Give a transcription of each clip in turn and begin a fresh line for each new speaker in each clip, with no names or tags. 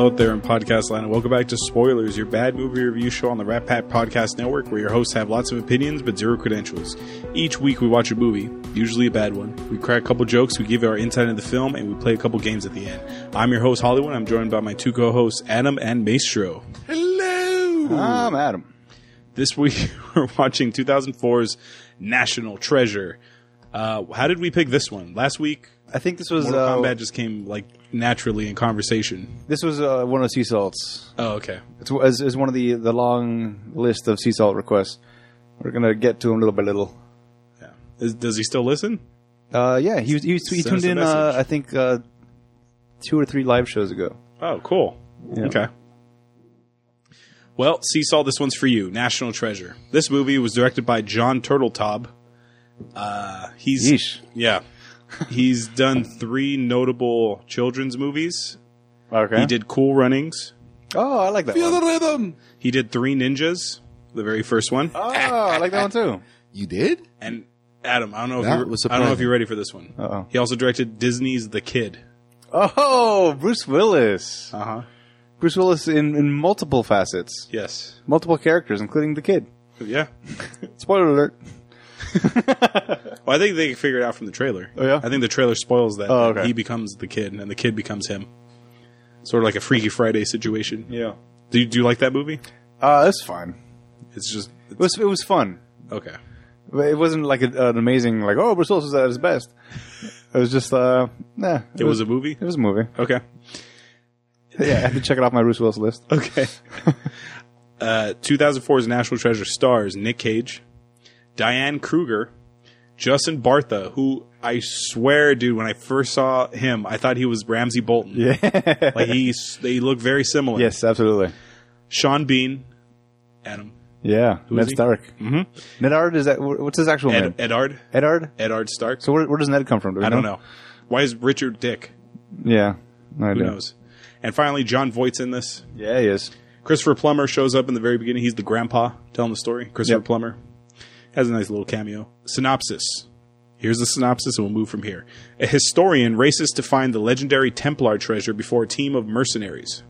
out there in podcast land, and welcome back to Spoilers, your bad movie review show on the Rat Pat Podcast Network, where your hosts have lots of opinions but zero credentials. Each week, we watch a movie, usually a bad one. We crack a couple jokes, we give our insight into the film, and we play a couple games at the end. I'm your host Hollywood. I'm joined by my two co-hosts Adam and Maestro.
I'm Um, Adam.
This week, we're watching 2004's National Treasure. Uh, how did we pick this one? Last week,
I think this was
Mortal
uh,
Kombat just came like naturally in conversation.
this was uh, one of the sea salts.
Oh, okay.
It's, it's, it's one of the the long list of sea salt requests. We're gonna get to him little by little.
Yeah. Is, does he still listen?
Uh, yeah, he was, he, was, he
Send us a
tuned in. Uh,
message.
I think uh, two or three live shows ago.
Oh, cool. Okay. Well, Seesaw, this one's for you. National Treasure. This movie was directed by John Turtletaub. Uh, he's
Yeesh.
yeah, he's done three notable children's movies.
Okay.
He did Cool Runnings.
Oh, I like that one.
rhythm.
He did Three Ninjas, the very first one.
Oh, I like that one too.
You did?
And Adam, I don't know if
That
you're,
was
I don't know if
surprising.
you're ready for this one.
Uh-oh.
He also directed Disney's The Kid.
Oh, Bruce Willis.
Uh huh.
Bruce Willis in, in multiple facets,
Yes.
multiple characters, including the kid.
Yeah.
Spoiler alert.
Well, I think they figured it out from the trailer.
Oh, yeah?
I think the trailer spoils that.
Oh, okay.
He becomes the kid, and the kid becomes him. Sort of like a Freaky Friday situation.
Yeah.
Do you, do you like that movie?
Uh, that's fine.
It's just
It was it was fun.
okay.
But it wasn't like a, an amazing like oh Bruce Willis was at his best. It was just uh nah. It,
It was a movie.
it was a movie.
Okay.
Yeah, I had to check it off my Bruce Willis list.
Okay. uh, 2004's National Treasure stars Nick Cage, Diane Kruger, Justin Bartha, who I swear, dude, when I first saw him, I thought he was Ramsey Bolton.
Yeah.
Like he's they look very similar.
yes, absolutely.
Sean Bean, Adam
Yeah,
is
Ned
he?
Stark. Mm-hmm. Nedard is that wh- what's his actual
Ed,
name?
Edard
Edard.
Edard Stark.
So where, where does Ned come from? Do we
I don't know. Why is Richard Dick?
Yeah, no
Who
idea.
knows? And finally, John Voight's in this.
Yeah, he is.
Christopher Plummer shows up in the very beginning. He's the grandpa telling the story. Christopher
Yep.
Plummer has a nice little cameo. Synopsis. Here's the synopsis, and we'll move from here. A historian races to find the legendary Templar treasure before a team of mercenaries.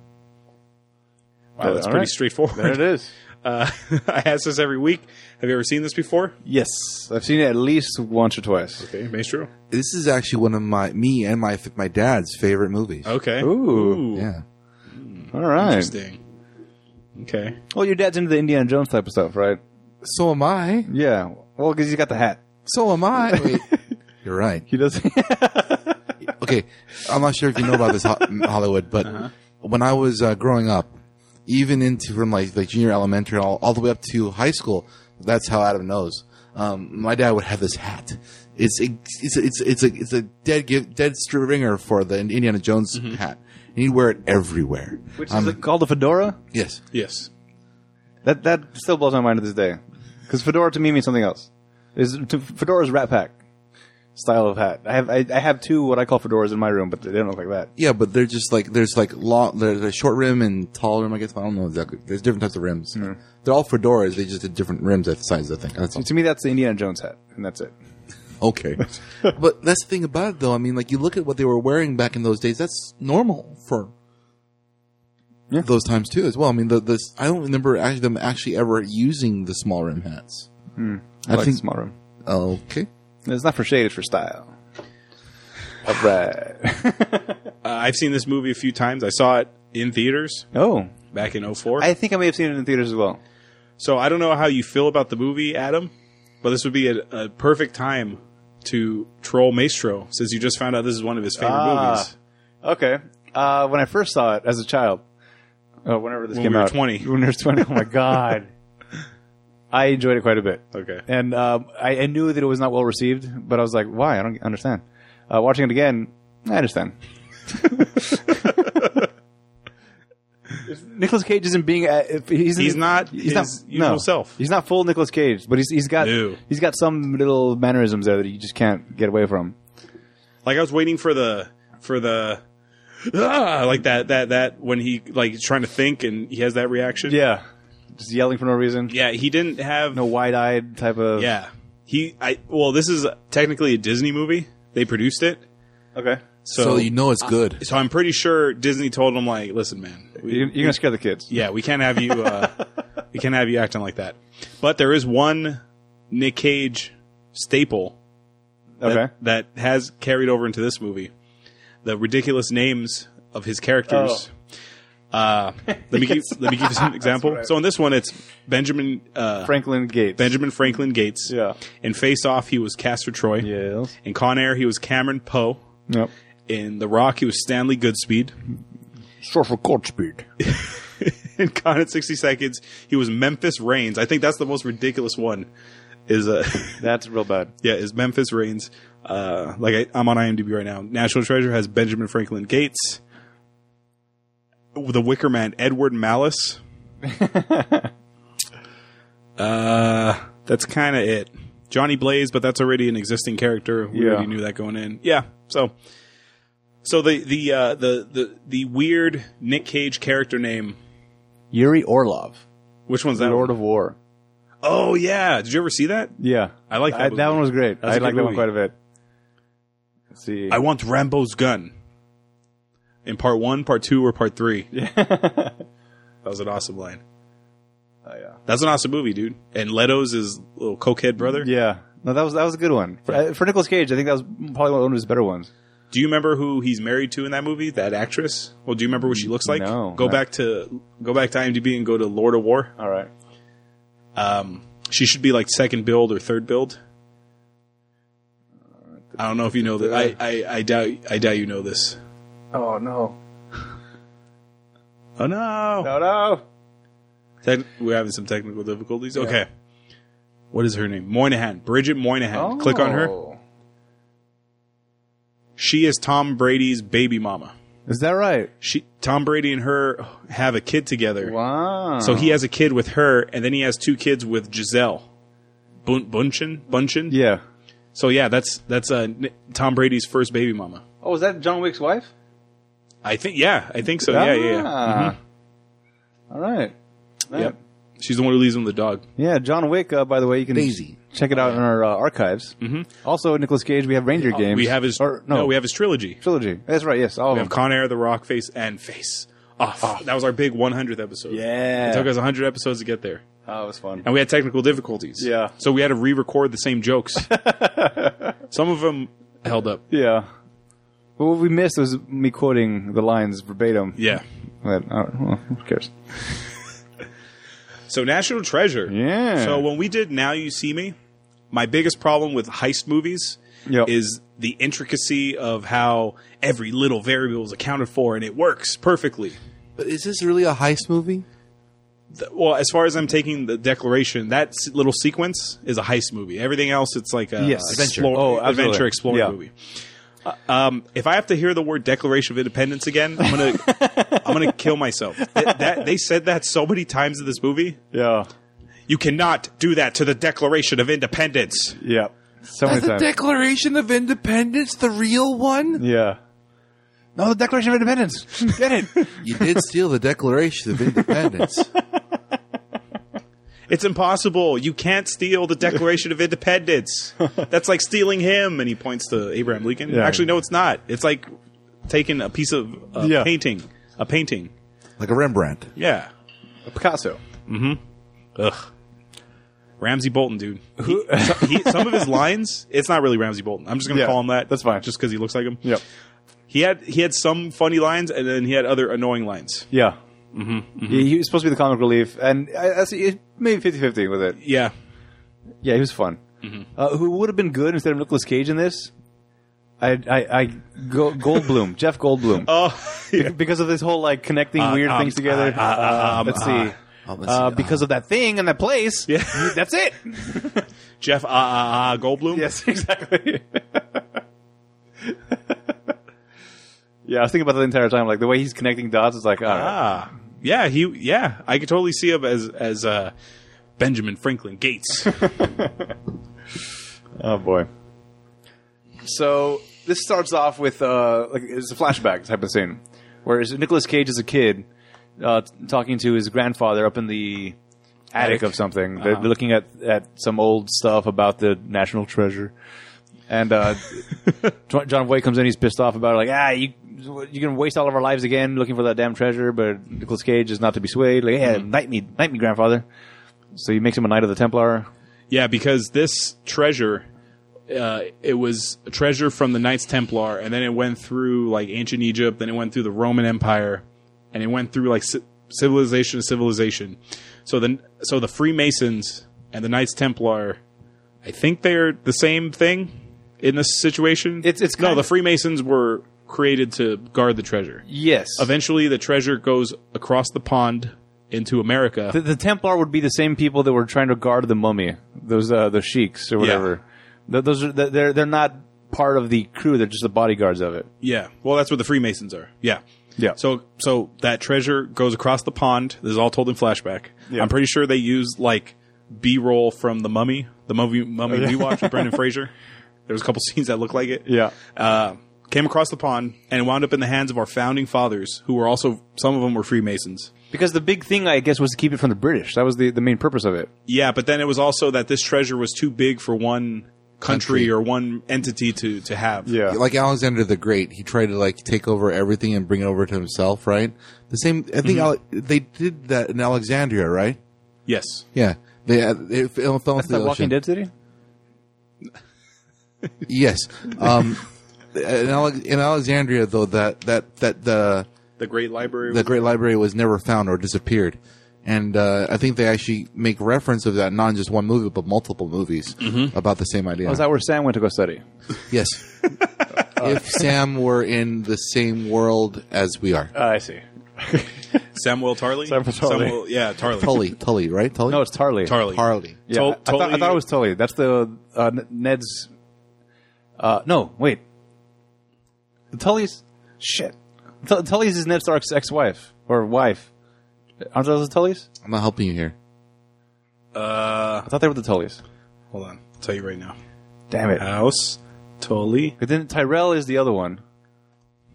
Wow,
Uh,
that's
all
pretty
right.
straightforward.
There it is.
Uh, I ask this every week. Have you ever seen this before?
Yes, I've seen it at least once or twice.
Okay, Maestro.
This is actually one of my me and my my dad's favorite movies.
Okay.
Ooh.
Yeah.
All right.
Interesting. Okay.
Well, your dad's into the Indiana Jones type of stuff, right?
So am I.
Yeah. Well, because he's got the hat.
So am I. Wait. You're right.
He does.
Okay. I'm not sure if you know about this Ho- Hollywood, but when I was uh, growing up, even into from like like junior elementary all, all the way up to high school, that's how Adam knows. Um, my dad would have this hat. It's a, it's a, it's a, it's a it's a dead give, dead stringer for the Indiana Jones hat, and he'd wear it everywhere.
Which is it called a fedora?
Yes.
Yes.
That that still blows my mind to this day. Because fedora to me means something else. Is to, fedora's Rat Pack style of hat. I have I, I have two what I call fedoras in my room, but they don't look like that.
Yeah, but they're just like there's like long, there's a short rim and tall rim. I guess I don't know exactly. There's different types of rims. They're all fedoras. They just did different rims at the sides. I think. That's all.
To me, that's the Indiana Jones hat, and that's it.
Okay, but that's the thing about it, though. I mean, like you look at what they were wearing back in those days. That's normal for
Yeah.
those times too, as well. I mean, the, the I don't remember actually them actually ever using the small rim hats.
I Hmm. like
think- uh,
the small room.
Okay,
And It's not for shade; it's for style. All right.
Uh, I've seen this movie a few times. I saw it in theaters
Oh,
back in 04.
I think I may have seen it in theaters as well.
so I don't know how you feel about the movie, Adam, but this would be a, a perfect time to troll Maestro since you just found out this is one of his favorite
Ah,
movies.
Okay. Uh, when I first saw it as a child, uh, whenever this
When
came
we were
out,
20.
When we were twenty. Oh my god. I enjoyed it quite a bit.
Okay.
and um, I, I knew that it was not well received, but I was like, why? I don't understand. Uh, watching it again, I understand. Nicholas Cage isn't being. Uh, if he's,
He's not his usual self.
He's not full Nicholas Cage, but he's he's got
No.
he's got some little mannerisms there that you just can't get away from.
Like I was waiting for the for the ah, like that that that when he like he's trying to think and he has that reaction.
Yeah, just yelling for no reason.
Yeah, he didn't have
No wide-eyed type of.
Yeah. He I well, this is technically a Disney movie. They produced it.
Okay.
so, you know it's good.
uh,
So I'm pretty sure Disney told him like, "Listen, man,
You're, you're gonna scare the kids.
Yeah, we can't have you. Uh, we can't have you acting like that. But there is one Nick Cage staple that,
Okay.
that has carried over into this movie. The ridiculous names of his characters.
Oh.
Uh, let me give, let me give you some example. So in this one, it's Benjamin uh,
Franklin Gates.
Benjamin Franklin Gates.
Yeah.
In Face Off, he was Cass for Troy.
Yes.
In Con Air, he was Cameron Poe.
Yep.
In The Rock, he was Stanley Goodspeed.
Social court speed.
in Con at 60 Seconds. He was Memphis Reigns. I think that's the most ridiculous one. Is uh,
That's real bad.
yeah, is Memphis Reigns. Uh, like I, I'm on IMDb right now. National Treasure has Benjamin Franklin Gates. The Wicker Man, Edward Malice. uh, that's kind of it. Johnny Blaze, but that's already an existing character. We
Yeah.
already knew that going in. Yeah, so so the the uh, the the the weird Nick Cage character name.
Yuri Orlov,
Which one's that? one?
Lord of War.
Oh yeah, did you ever see that?
Yeah,
I like that
I-
movie.
that one was great.
That's a
I
good
like that one
movie.
quite a bit. Let's see,
I want Rambo's gun. In part one, part two, or part three. Yeah. that was an awesome line.
Oh, yeah.
That's an awesome movie, dude. And Leto's his little cokehead brother.
yeah, no, that was that was a good one for, uh, for Nicolas Cage. I think that was probably one of his better ones.
Do you remember who he's married to in that movie? That actress? Well, do you remember what she looks like?
No.
Go
I-
back to go back to IMDb and go to Lord of War.
All right,
Um, she should be like second build or third build. I don't know if you know that. I, I, I doubt I doubt you know this.
Oh no!
Oh no!
No no!
Tec- we're having some technical difficulties. Okay. What is her name? Moynihan. Bridget Moynihan. Click on
Oh.
her. She is Tom Brady's baby mama.
Is that right?
She, Tom Brady and her have a kid together.
Wow!
So he has a kid with her, and then he has two kids with Giselle. Bun- Bunchen? Bunchen?
yeah.
So yeah, that's that's uh, N- Tom Brady's first baby mama.
Oh, is that John Wick's wife?
I think. Yeah, I think so. Yeah, yeah, Mm-hmm. yeah.
Ah. All right.
Yep. She's the one who leaves him the dog.
Yeah, John Wick. Uh, by the way, you can
Daisy.
check it out in our uh, archives. Mm-hmm. Also, Nicolas Cage. We have Ranger Games.
Oh, We have his
or, no,
we have his trilogy.
trilogy. That's right. Yes, Oh. all
We
of
have
them.
Con Air, The Rock, Face, and Face Off. That was our big 100th episode.
Yeah.
It took us 100 episodes to get there.
Oh, it was fun.
And we had technical difficulties.
Yeah.
So we had to re record the same jokes. Some of them held up.
Yeah. But what we missed was me quoting the lines verbatim.
Yeah.
But, all right, well, who cares?
So National Treasure.
Yeah.
So when we did Now You See Me, my biggest problem with heist movies
Yep.
is the intricacy of how every little variable is accounted for and it works perfectly.
But is this really a heist movie?
th- well, as far as I'm taking the declaration, that s- little sequence is a heist movie. Everything else, it's like a
Yes.
adventure,
Adventure. Oh, absolutely.
adventure exploring
Yeah.
movie. Uh, Um, if I have to hear the word Declaration of Independence again, I'm gonna I'm gonna kill myself. Th- that they said that so many times in this movie.
Yeah.
You cannot do that to the Declaration of Independence.
Yeah. So many
That's the
times.
Declaration of Independence, the real one.
yeah. No, the Declaration of Independence. Get it.
You did steal the Declaration of Independence.
It's impossible. You can't steal the Declaration of Independence. That's like stealing him. And he points to Abraham Lincoln.
Yeah.
Actually, no, it's not. It's like taking a piece of a
Yeah.
painting, a painting.
like a Rembrandt.
Yeah.
Picasso.
Ugh. Ramsey Bolton, dude. He, so- he, some of his lines, it's not really Ramsey Bolton. I'm just gonna
Yeah,
call him that.
that's fine.
just because he looks like him.
Yep.
He had he had some funny lines, and then he had other annoying lines.
Yeah. Mm-hmm, He, he was supposed to be the comic relief, and uh, I, I see it, maybe 50 50 with it.
Yeah,
Yeah, he was fun. Uh, who would have been good instead of Nicolas Cage in this? I, I, I Go, Goldblum, Jeff Goldblum.
oh, yeah.
because of this whole like connecting weird
um,
things together.
uh, uh, um,
let's
uh,
see. Uh,
Oh, let's see.
because of that thing and that place.
Yeah.
you- that's it.
Jeff uh, uh, uh, Goldblum.
yes, exactly. yeah, I was thinking about that the entire time. Like the way he's connecting dots is like, all right.
Ah, yeah, he yeah. I could totally see him as as uh, Benjamin Franklin Gates.
oh boy. So this starts off with uh, like it's a flashback type of scene, whereas Nicolas Cage is a kid uh, t- talking to his grandfather up in the attic, Uh-huh.
Attic.
of something. They're they're looking at at some old stuff about the national treasure. And uh, John John Voight comes in, he's pissed off about it, like, ah, you you can waste all of our lives again looking for that damn treasure. But Nicolas Cage is not to be swayed. Like, yeah, knight me, knight me, grandfather. So he makes him a knight of the Templar.
Yeah, because this treasure, uh, it was a treasure from the Knights Templar, and then it went through like ancient Egypt, then it went through the Roman Empire, and it went through like ci- civilization to civilization. So the so the Freemasons and the Knights Templar, I think they're the same thing in this situation.
It's- it's
no,
kind
the
of-
Freemasons were created to guard the treasure.
Yes,
Eventually, the treasure goes across the pond into America.
the, the Templar would be the same people that were trying to guard the mummy, those uh, the sheiks or whatever. Th- those are th- they're they're not part of the crew; they're just the bodyguards of it.
Yeah. Well, that's what the Freemasons are. Yeah.
Yeah.
So so that treasure goes across the pond. This is all told in flashback.
Yeah.
I'm pretty sure they used like B-roll from The Mummy, the movie Mummy we watched with Brendan Fraser. There was a couple scenes that looked like it.
Yeah.
Uh, came across the pond and wound up in the hands of our founding fathers, who were also some of them were Freemasons.
Because the big thing, I guess, was to keep it from the British. That was the, the main purpose of it.
Yeah, but then it was also that this treasure was too big for one country,
Country.
or one entity to to have.
Like Alexander the Great, he tried to like take over everything and bring it over to himself, right? The same, I think Ale- they did that in Alexandria, right?
Yes.
Yeah, they uh, it fell fell
That's
into
the
the
Walking
ocean.
Dead city.
Yes. Um, in, Ale- in Alexandria, though, that that that uh, the
The Great Library.
the Great Library was never found or disappeared. And uh, I think they actually make reference of that not in just one movie, but multiple movies about the same idea.
Was Mm-hmm. Oh, that where Sam went to go study?
yes. if Sam were in the same world as we are.
Uh, I see.
Samuel Tarley.
Samuel Tarly.
Samuel- yeah, Tarley.
Tully, Tully, right? Tully?
No, it's Tarly.
Tarley.
Harley.
Yeah,
Tol-
I, I thought, I
Tully-
thought it was Tully. That's the uh, N- Ned's. Uh, no, wait. The Tully's shit. T- Tully's is Ned Stark's ex-wife or wife. Aren't those the Tullys?
I'm not helping you here.
Uh,
I thought they were the Tullys.
hold on. I'll tell you right now.
Damn it!
House Tully.
But then Tyrell is the other one.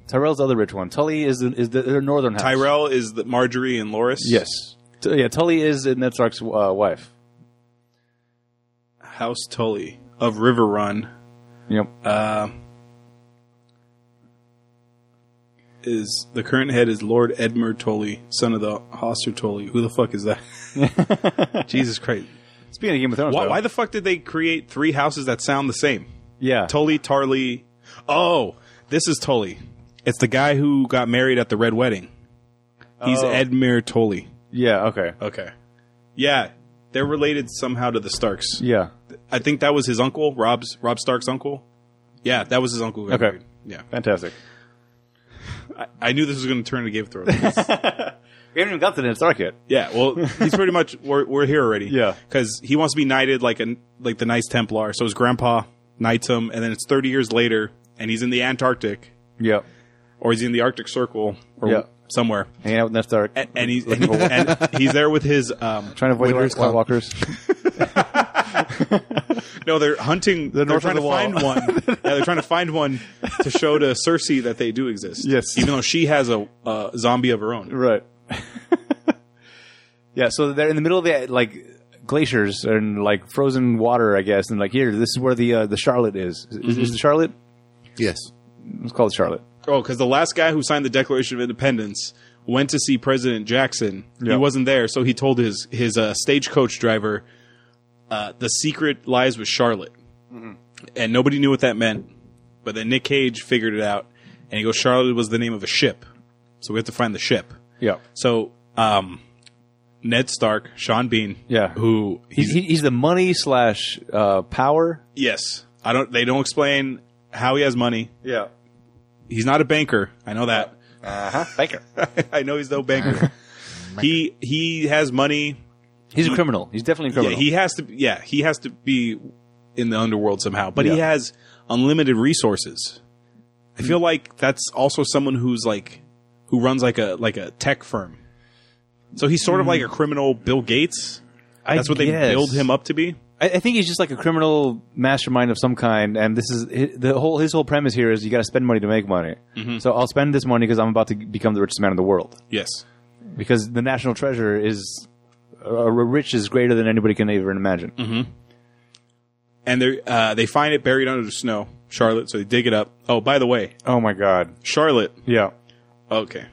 Tyrell's the other rich one. Tully is the, is the, their northern house.
Tyrell is the Marjorie and Loris.
Yes. T- yeah, Tully is Ned Stark's uh, wife.
House Tully of River Run
Yep.
uh, is the current head is Lord Edmund Tully, son of the Hoster Tully. Who the fuck is that? Jesus Christ!
Speaking of Game of Thrones,
Why,
though-
why the fuck did they create three houses that sound the same?
yeah,
Tully Tarly. Oh, this is Tully. It's the guy who got married at the Red Wedding. He's
Oh.
Edmure Tully.
yeah, okay,
Okay. Yeah, they're related somehow to the Starks.
yeah.
I think that was his uncle, Rob's Rob Stark's uncle. Yeah, that was his uncle. who got
Okay.
married. Yeah,
Fantastic.
I, I knew this was going to turn to Game of Thrones.
We haven't even got to Ned Stark yet.
yeah, well, he's pretty much we're, we're here already.
Yeah.
because he wants to be knighted like a like the Knights Templar. So his grandpa knights him, and then it's thirty years later, and he's in the Antarctic,
Yeah,
or he's in the Arctic Circle, or
Yeah.
somewhere,
hanging out with Ned Stark,
and, and he's and, and he's there with his um.
trying to avoid
Winter's
White
Club.
Walkers.
No, they're hunting. They're,
north of
trying
the
to
wall.
find one. yeah, they're trying to find one to show to Cersei that they do exist.
Yes.
even though she has a uh, zombie of her own.
right. yeah, so they're in the middle of the like glaciers and like frozen water, I guess, and like here, this is where the uh, the Charlotte is. Is, is the Charlotte?
Yes.
It's called Charlotte.
Oh, because the last guy who signed the Declaration of Independence went to see President Jackson.
Yeah.
He wasn't there, so he told his his uh, stagecoach driver, uh, "The secret lies with Charlotte,"
Mm-hmm.
and nobody knew what that meant. But then Nick Cage figured it out, and he goes, "Charlotte was the name of a ship, so we have to find the ship."
Yeah,
So, um, Ned Stark, Sean Bean,
Yeah.
who
he's he, he's the money slash uh, power.
yes, I don't. They don't explain how he has money.
Yeah,
He's not a banker. I know that.
uh-huh. banker.
I know he's no banker. he he has money.
He's a criminal. He's definitely a
Yeah,
criminal.
he has to. Yeah, he has to be in the underworld somehow. But he
Yeah.
has unlimited resources. I feel like that's also someone who's like who runs like a like a tech firm. So he's sort of like a criminal Bill Gates.
I
That's what they
guess.
build him up to be.
I, I think he's just like a criminal mastermind of some kind, and this is hi- the whole his whole premise here is you got to spend money to make money.
Mm-hmm.
So I'll spend this money because I'm about to become the richest man in the world
Yes.
because the national
Mm-hmm.
treasure is uh, rich is greater than anybody can ever imagine.
and they uh, they find it buried under the snow, Charlotte. So they dig it up. Oh, by the way,
Oh my god.
Charlotte.
Yeah.
Okay,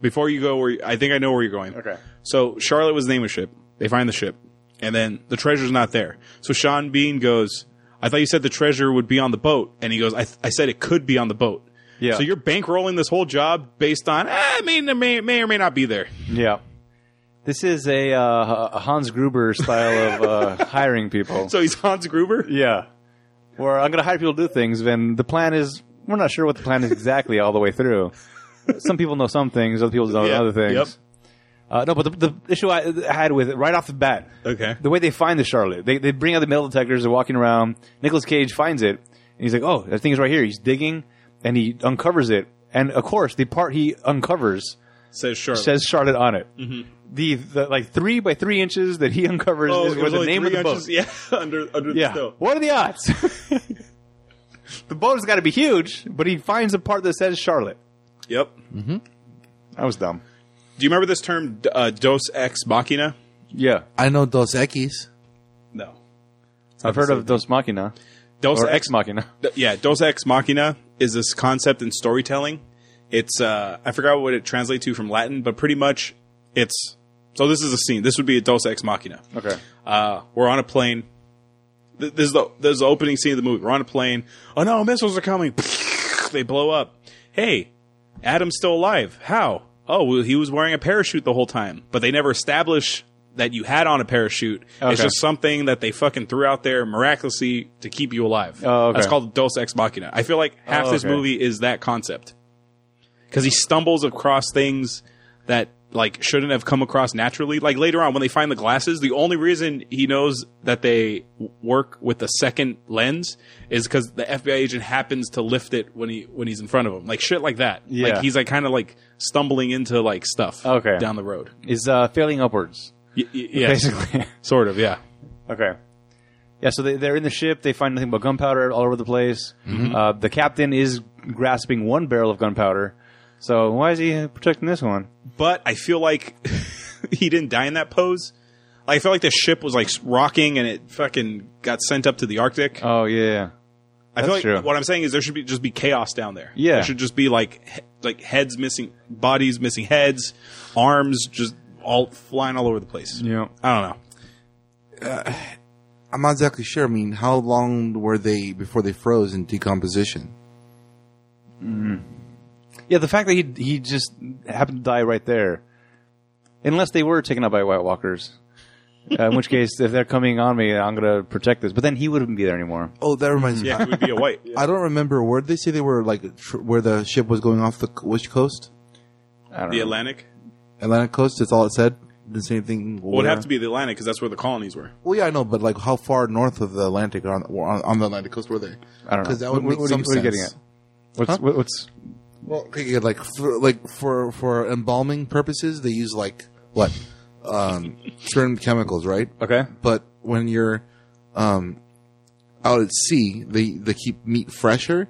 before you go, where I think I know where you're going.
Okay.
So Charlotte was the name of the ship. They find the ship, and then the treasure's not there. So Sean Bean goes, "I thought you said the treasure would be on the boat," and he goes, "I, I said it could be on the boat."
Yeah.
So you're bankrolling this whole job based on, eh, I mean, it may, may or may not be there.
Yeah. This is a, uh, a Hans Gruber style of uh, hiring people.
So he's Hans Gruber.
yeah. Where I'm going to hire people to do things, then the plan is we're not sure what the plan is exactly all the way through. Some people know some things, other people know
Yeah,
other things.
yep.
Uh, no, but the, the issue I, I had with it right off the bat,
Okay.
the way they find the Charlotte, they, they bring out the metal detectors, they're walking around. Nicolas Cage finds it, and he's like, oh, that thing's right here. He's digging, and he uncovers it. And of course, the part he uncovers
Says Charlotte.
says Charlotte on it. The, the like three by three inches that he uncovers
Mm-hmm. Oh,
is
it
where
was
the
only
name of
three
the boat.
inches- Yeah, under under
Yeah.
the snow.
What are the odds? the boat has got to be huge, but he finds the part that says Charlotte.
Yep.
That was dumb.
Do you remember this term d- uh, "dos ex machina"?
Yeah,
I know Dos Equis.
No.
I've heard of Dos Machina
Dos
or
ex
Ex Machina.
D- yeah, Dos Ex Machina is this concept in storytelling. It's uh, I forgot what it translates to from Latin, but pretty much it's. So this is a scene. This would be a Dos Ex Machina.
Okay.
Uh, we're on a plane. Th- This is the this is the opening scene of the movie. We're on a plane. Oh no, missiles are coming. They blow up. Hey, Adam's still alive. How? Oh, well, he was wearing a parachute the whole time, but they never establish that you had on a parachute. It's
Okay.
just something that they fucking threw out there miraculously to keep you alive.
Oh, okay.
That's called Dos Ex Machina. I feel like half
Oh,
this
okay.
movie is that concept because he stumbles across things that like shouldn't have come across naturally. Like later on, when they find the glasses, the only reason he knows that they w- work with the second lens is because the FBI agent happens to lift it when he when he's in front of him, like shit like that.
Yeah.
Like he's like kind of like stumbling into like stuff.
Okay.
down the road.
Is uh, failing upwards
Y- y- yes,
basically.
sort of. Yeah.
Okay. Yeah, so they, they're in the ship. They find nothing but gunpowder all over the place. Uh, the captain is grasping one barrel of gunpowder. So why is he protecting this one?
but I feel like he didn't die in that pose. Like, I feel like the ship was like rocking and it fucking got sent up to the Arctic.
Oh yeah,
I feel like
that's true.
what I'm saying is there should be just be chaos down there.
Yeah.
there should just be like he- like heads missing, bodies missing heads, arms just all flying all over the place.
yeah.
I don't know.
I'm not exactly sure. I mean, how long were they before they froze in decomposition?
Yeah, the fact that he he just happened to die right there, unless they were taken out by White Walkers, uh, in which case if they're coming on me, I'm gonna protect this. But then he wouldn't be there anymore.
Oh, that reminds
Yeah,
me.
it would be a white.
I don't remember where they say they were like tr- where the ship was going off the c- which coast?
I don't
The
know.
Atlantic.
Atlantic coast. That's all it said. The same thing.
Well, it'd have to be the Atlantic because that's where the colonies were.
Well, yeah, I know, but like, how far north of the Atlantic on on, on the Atlantic coast were they?
I don't know.
Because that would
What-
make
what are
some
you- what are you getting
sense.
at? What's what, what's
Well, okay, yeah, like for, like for for embalming purposes, they use like what um, certain chemicals, right?
okay?
But when you're um, out at sea, they they keep meat fresher.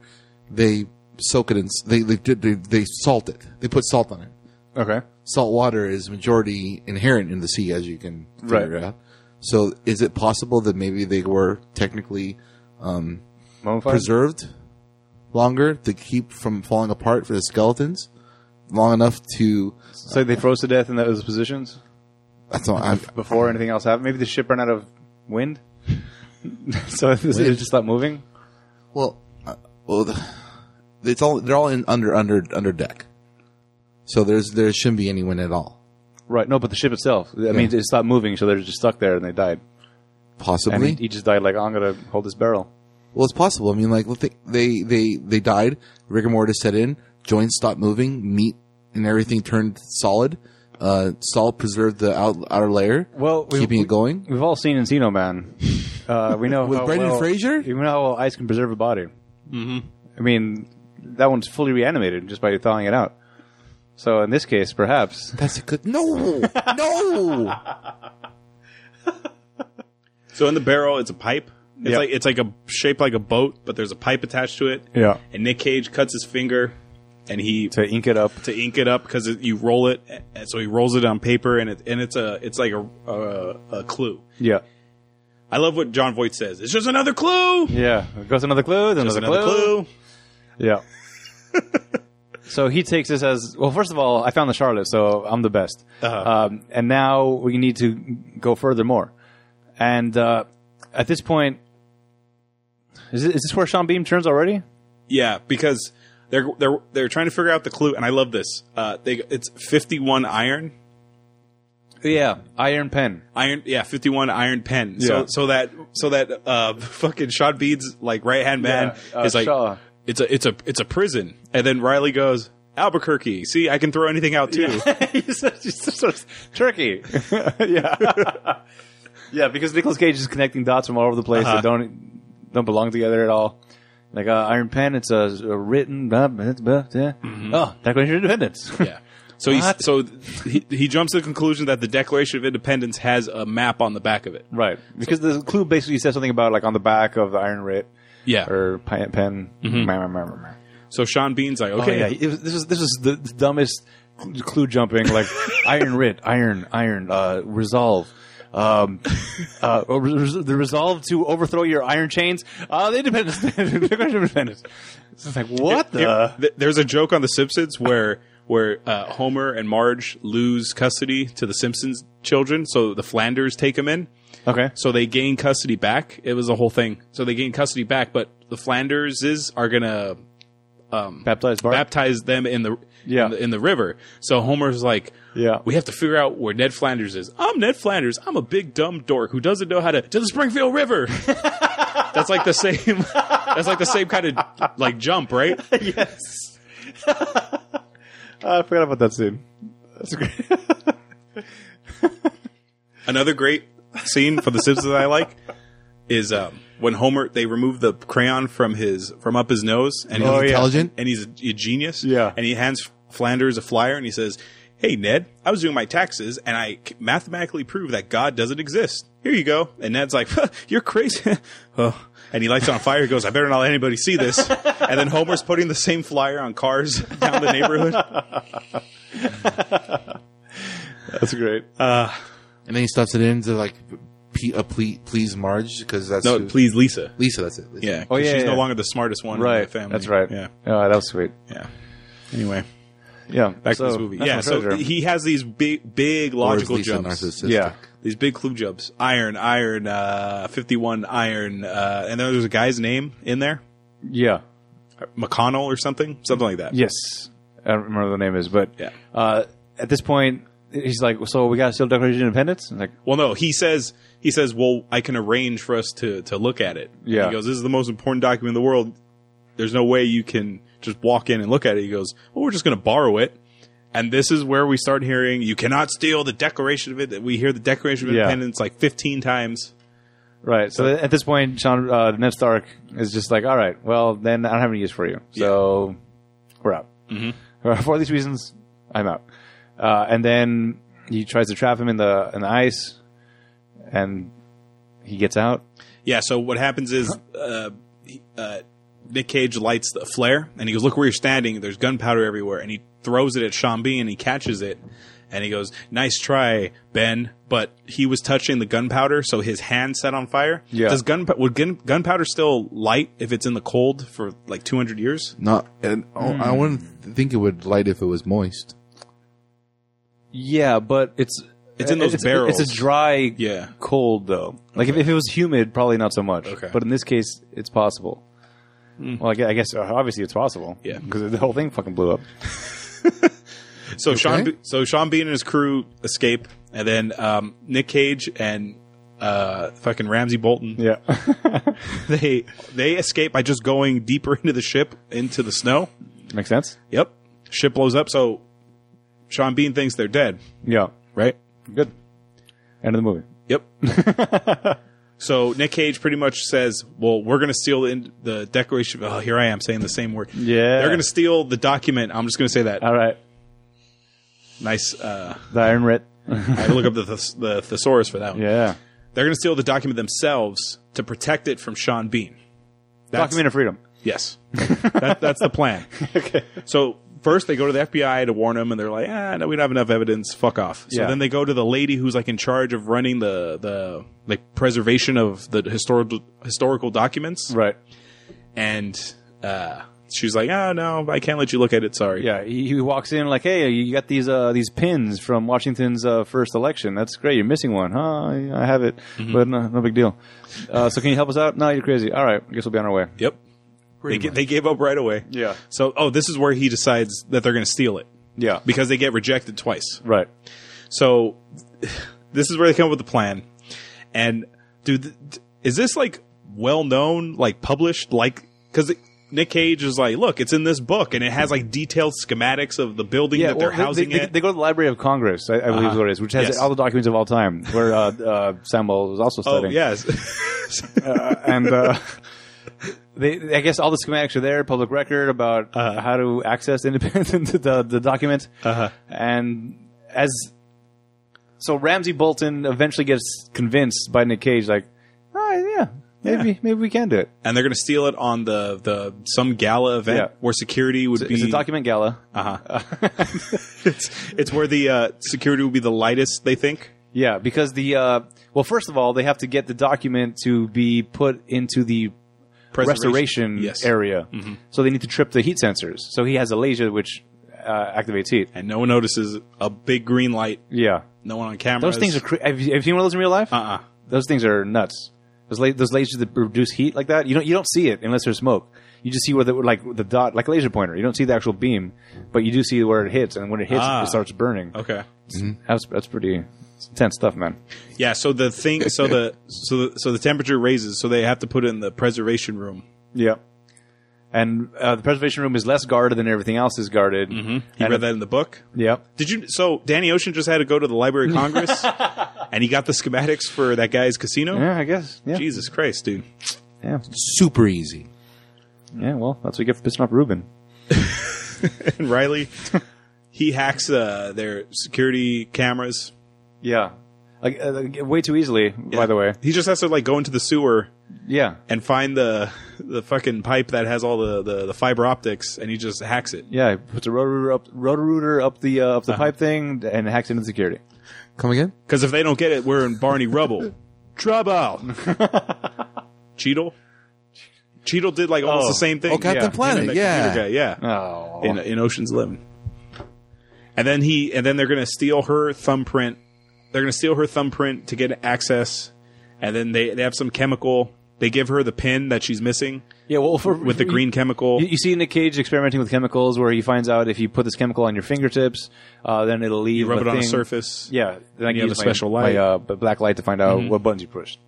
They soak it in. s- They they did- they, they salt it. They put salt on it.
Okay.
Salt water is majority inherent in the sea, as you can figure
Right.
out. So, is it possible that maybe they were technically
Mummified?
preserved longer to keep from falling apart for the skeletons long enough to
So they froze to death in those positions
that's all I'm,
before anything else happened. Maybe the ship ran out of wind, so it just stopped moving.
well uh, well the, it's all they're all in under under under deck so there's there shouldn't be any wind at all
Right. No, but the ship itself. I mean, it stopped moving, so they're just stuck there and they died. And
possibly
he, he just died like I'm gonna hold this barrel.
well it's possible i mean like look, they they they, they died rigor mortis set in joints stopped moving meat and everything turned solid uh, salt preserved the out, outer layer
Well, we-
keeping
we-
it going
We've all seen Encino Man. Uh, we know
With
how
Brendan
well-
Fraser?
You know how well ice can preserve a body. Mm-hmm. I mean, that one's fully reanimated just by thawing it out. So in this case, perhaps
that's a good no no
So in the barrel, it's a pipe. It's
Yeah.
like it's like a shaped like a boat, but there's a pipe attached to it.
Yeah.
And Nick Cage cuts his finger, and he
to ink it up.
to ink it up because you roll it, and so he rolls it on paper, and it and it's a it's like a a, a clue.
Yeah,
I love what John Voight says. It's just another clue.
Yeah, there goes another clue. There's
Just
another, clue. Yeah. so he takes this as well. First of all, I found the Charlotte, so I'm the best.
Uh-huh.
Um, and now we need to go further more. And uh, at this point, is, it, is this where Sean Beam turns already?
Yeah, because they're they're they're trying to figure out the clue, and I love this. Uh, they it's fifty one iron
Yeah, Iron Pen.
iron yeah fifty one iron pen.
Yeah.
So so that so that uh fucking Sean Bean's like right hand man
Yeah, uh,
is like
Shaw.
it's a it's a it's a prison, and then Riley goes Albuquerque. See, I can throw anything out too.
He's such- he's such- such- Turkey. yeah. yeah, because Nicolas Cage is connecting dots from all over the place that don't don't belong together at all. Like uh, Iron Pen, it's a, a written. Blah, blah, blah, yeah. Oh, Declaration of Independence.
Yeah. So he's,
What?
so he, he jumps to the conclusion that the Declaration of Independence has a map on the back of it.
Right, because the clue basically says something about like on the back of the iron writ
Yeah.
or pen. pen. Meh, meh, meh, meh, meh.
so Sean Bean's like,
Okay,
okay,
Oh, yeah, it was, this is this is the, the dumbest cl- clue jumping. Like iron writ, iron, iron, uh, resolve. Um, uh, or res- the resolve to overthrow your iron chains. Uh, the independence, the Declaration of independence. It's just like what
Here-
the?
th- there's a joke on The Simpsons where where uh, Homer and Marge lose custody to the Simpsons children, so the Flanders take them in.
Okay,
So they gain custody back. It was a whole thing. So they gain custody back, but the Flanderses are gonna
baptized Bart.
baptize them in the
Yeah.
in, the, in the river. So Homer's like,
Yeah.
we have to figure out where Ned Flanders is. I'm Ned Flanders. I'm a big dumb dork who doesn't know how to to the Springfield River. that's like the same. That's like the same kind of like jump, right?
yes. I forgot about that scene. That's great.
Another great scene for The Simpsons that I like is um, when Homer they remove the crayon from his from up his nose and
He's
Oh,
he,
yeah.
intelligent.
and he's a, a genius.
Yeah.
And he hands Flanders a flyer and he says, Hey, Ned, I was doing my taxes and I c- mathematically proved that God doesn't exist. Here you go. And Ned's like, "Huh, You're crazy. oh. And he lights it on fire. He goes, I better not let anybody see this. And then Homer's putting the same flyer on cars down the neighborhood.
That's great.
And then he stuffs it into like p- a ple- please Marge because that's
No,
who-
please, Lisa.
Lisa. That's it. Lisa.
Yeah.
Oh,
'cause
yeah,
She's no
yeah.
longer the smartest one in
right.
the family.
That's right.
Yeah.
Oh, that was sweet.
Yeah. Anyway,
Yeah.
back
so,
to this movie.
National
Yeah. So
Treasure.
he has these big, big
Or is
logical
Lisa
jumps.
narcissistic?
yeah.
these big clue jumps. Iron, iron, uh, 51 iron, uh, and then there's a guy's name in there.
Yeah.
McConnell or something, something like that.
Yes. I don't remember what the name is, but
Yeah.
uh, at this point, he's like, "So we got to seal Declaration of Independence?" i like,
Well, no, he says, he says, well, I can arrange for us to, to look at it.
Yeah.
He goes, this is the most important document in the world. There's no way you can just walk in and look at it. He goes, well, we're just going to borrow it. And this is where we start hearing, you cannot steal the Declaration of it. We hear the Declaration of
Yeah.
Independence like 15 times.
"Right." So at this point, Sean uh, Ned Stark is just like, "All right, well, then I don't have any use for you, so we're out." Mm-hmm. for these reasons, I'm out. Uh, and then he tries to trap him in the in the ice, and he gets out.
Yeah. So what happens is uh, he- uh, Nick Cage lights the flare, and he goes, "Look where you're standing. There's gunpowder everywhere." And he throws it at Sean Bean, and he catches it, and he goes, "Nice try, Ben." But he was touching the gunpowder, so his hand set on fire.
Yeah.
Does gun would gun, gunpowder still light if it's in the cold for like 200 years?
Not. And oh, I wouldn't think it would light if it was moist.
Yeah, but it's
It's in those barrels.
Uh, It's a dry,
Yeah.
cold though. Like if, if it was humid, probably not so much.
Okay.
but in this case, it's possible. Well, I guess, I guess uh, obviously it's possible.
Yeah.
because the whole thing fucking blew up.
So Sean, Be- so Sean Bean and his crew escape, and then um, Nick Cage and uh, fucking Ramsey Bolton
Yeah,
they they escape by just going deeper into the ship into the snow.
makes sense.
Yep. Ship blows up, so Sean Bean thinks they're dead,
Yeah,
right?
good. End of the movie.
Yep. so Nick Cage pretty much says, "Well, we're going to steal in the Declaration." Oh, here I am saying the same word.
Yeah. Uh,
they're going to steal the document. I'm just going to say that.
All right,
nice. Uh,
the Iron Writ.
I had to look up the, thes- the thesaurus for that one.
Yeah,
They're going to steal the document themselves to protect it from Sean Bean. That's-
document of freedom.
Yes, that, that's the plan. okay. So first they go to the FBI to warn them, and they're like, "Ah, no, we don't have enough evidence. Fuck off." So
Yeah.
then they go to the lady who's like in charge of running the the like preservation of the historical historical documents,
Right.
and uh, she's like, "Oh no, I can't let you look at it. Sorry."
Yeah, he, he walks in like, "Hey, you got these uh, these pins from Washington's uh, first election. That's great. You're missing one, huh? I, I have it, but no, no big deal. Uh, so can you help us out? No, you're crazy. All right, I guess we'll be on our way.
Yep. They,
Pretty
g-
much.
they gave up right away.
Yeah.
So, oh, this is where he decides that they're going to steal it
Yeah,
because they get rejected twice.
right.
So, this is where they come up with the plan. And, dude, th- th- is this like well known, like published? Like, because Nick Cage is like, look, it's in this book and it has like detailed schematics of the building that they're
well,
housing
they,
it.
They, go to the Library of Congress, I, I believe is what it is, which has
Yes.
all the documents of all time, where uh, uh, Samuel was also
oh,
studying.
yes.
and uh, they, I guess all the schematics are there, public record about uh, how to access independent the the document,
Uh-huh.
and as so Ramsey Bolton eventually gets convinced by Nick Cage, like, oh yeah, maybe maybe we can do it.
and they're going to steal it on the, the some gala event
Yeah.
where security would be.
It's a document gala.
it's, it's where the uh, security would be the lightest, they think.
Yeah, because the uh, well, first of all, they have to get the document to be put into the restoration
Yes.
area, so they need to trip the heat sensors. So he has a laser which uh, activates heat.
and no one notices a big green light.
Yeah.
No one on camera.
Those things are. Cra- have, you, have you seen one of those in real life?
Uh-uh.
Those things are nuts. Those, la- those lasers that produce heat like that, you don't you don't see it unless there's smoke. You just see where the like the dot, like a laser pointer. You don't see the actual beam, but you do see where it hits, and when it hits,
Ah.
it starts burning.
okay.
That's that's pretty it's intense stuff, man.
Yeah. So the thing. So the so the, so the temperature raises. So they have to put it in the preservation room.
Yeah. And uh, the preservation room is less guarded than everything else is guarded. Mm-hmm.
You read that in the book.
Yep.
Did you? So Danny Ocean just had to go to the Library of Congress, and he got the schematics for that guy's casino.
Yeah, I guess. Yeah.
Jesus Christ, dude.
Yeah.
Super easy.
Yeah. Well, that's what you get for pissing off Ruben.
And Riley, he hacks uh, their security cameras.
Yeah. Like uh, like, way too easily, by the way.
He just has to like go into the sewer
Yeah.
and find the the fucking pipe that has all the, the, the fiber optics, and he just hacks it.
Yeah, puts a rotor rooter up, rotor rooter up the uh, up
Uh-huh.
the pipe thing and hacks into security.
Come again?
Because if they don't get it, we're in Barney Rubble. Trouble. Cheadle. Cheadle did like almost
Oh.
the same thing.
Oh, Captain
Yeah.
Him and
Planet.
that
Yeah.
computer guy, yeah.
Oh,
In, in Ocean's Eleven. And then he, and then they're gonna steal her thumbprint. They're gonna steal her thumbprint to get access. And then they they have some chemical. They give her the pin that she's missing
yeah. Well, for,
with the green chemical.
you, you see Nick Cage experimenting with chemicals, where he finds out if you put this chemical on your fingertips, uh, then it'll leave.
Rub
a
it on a
thing.
surface.
Yeah, then I can
you have
use
a
my-
special
my,
light. Mm-hmm.
uh, b- black light to find out what buttons you pushed.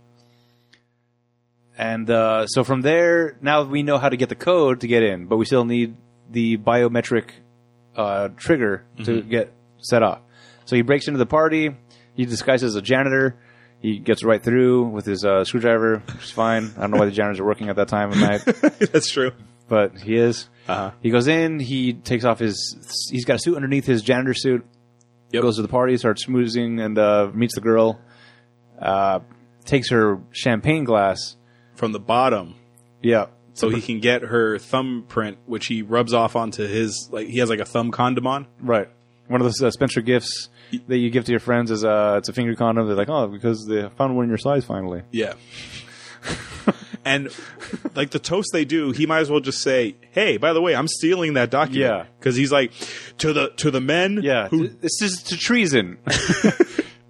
And uh, so from there, now we know how to get the code to get in, but we still need the biometric uh, trigger to
Mm-hmm.
get set off. So he breaks into the party. He disguises as a janitor. He gets right through with his uh, screwdriver, which is fine. I don't know why the janitors are working at that time of night
That's true.
but he is. He goes in. He takes off his. He's got a suit underneath his janitor suit. Goes to the party, starts smoozing, and uh, meets the girl. Uh, takes her champagne glass.
From the bottom.
Yeah,
So he can get her thumbprint, which he rubs off onto his like he has like a thumb condom on.
right. One of those uh, Spencer gifts that you give to your friends is uh, it's a finger condom. They're like, oh, because they found one in your size finally.
Yeah. and like the toast they do, he might as well just say, "Hey, by the way, I'm stealing that document."
Yeah.
Because he's like, to the to the men,
Yeah,
who
this is to treason.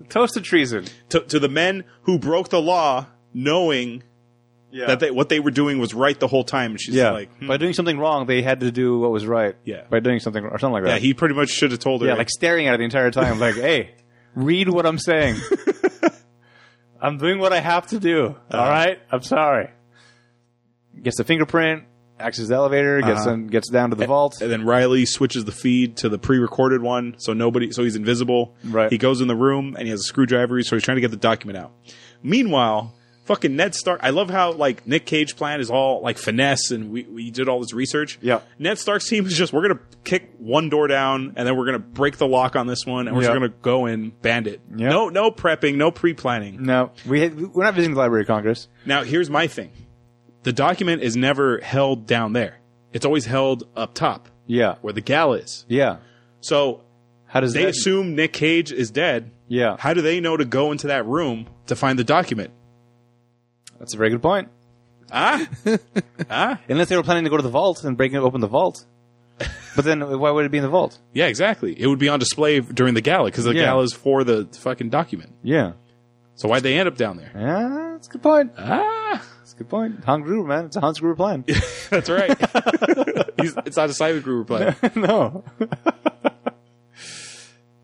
Toast to treason.
to, to the men who broke the law, knowing
Yeah,
that they what they were doing was right the whole time. And she's
yeah.
like, hmm.
By doing something wrong, they had to do what was right.
Yeah.
By doing something or something like that.
yeah, he pretty much should have told her.
Yeah, like staring at it the entire time. Like, hey, read what I'm saying. I'm doing what I have to do. all right, I'm sorry. Uh-huh. Gets the fingerprint, accesses the elevator, gets in, gets down to the vault.
And then Riley switches the feed to the pre-recorded one, so nobody, so he's invisible.
Right.
He goes in the room and he has a screwdriver, so he's trying to get the document out. Meanwhile, fucking Ned Stark. I love how like Nick Cage plan is all like finesse, and we we did all this research.
Yeah.
Ned Stark's team is just we're gonna kick one door down, and then we're gonna break the lock on this one, and we're just
Yeah.
gonna go in bandit.
Yeah.
No, no prepping, no pre-planning.
No, we had, we're not visiting the Library of Congress.
Now, here's my thing. The document is never held down there. It's always held up top.
Yeah.
where the gal is.
Yeah.
So
How does
they
that?
assume Nick Cage is dead.
yeah.
How do they know to go into that room to find the document?
That's a very good point.
Ah,
Unless they were planning to go to the vault and break open the vault. But then why would it be in the vault?
yeah, exactly. It would be on display during the gala because the
Yeah.
gala is for the fucking document.
Yeah.
So why'd they end up down there?
Yeah, that's a good point.
Ah,
That's a good point. Hans Gruber, man. It's a Hans Gruber plan.
that's right. He's, it's not a Simon Gruber play.
no.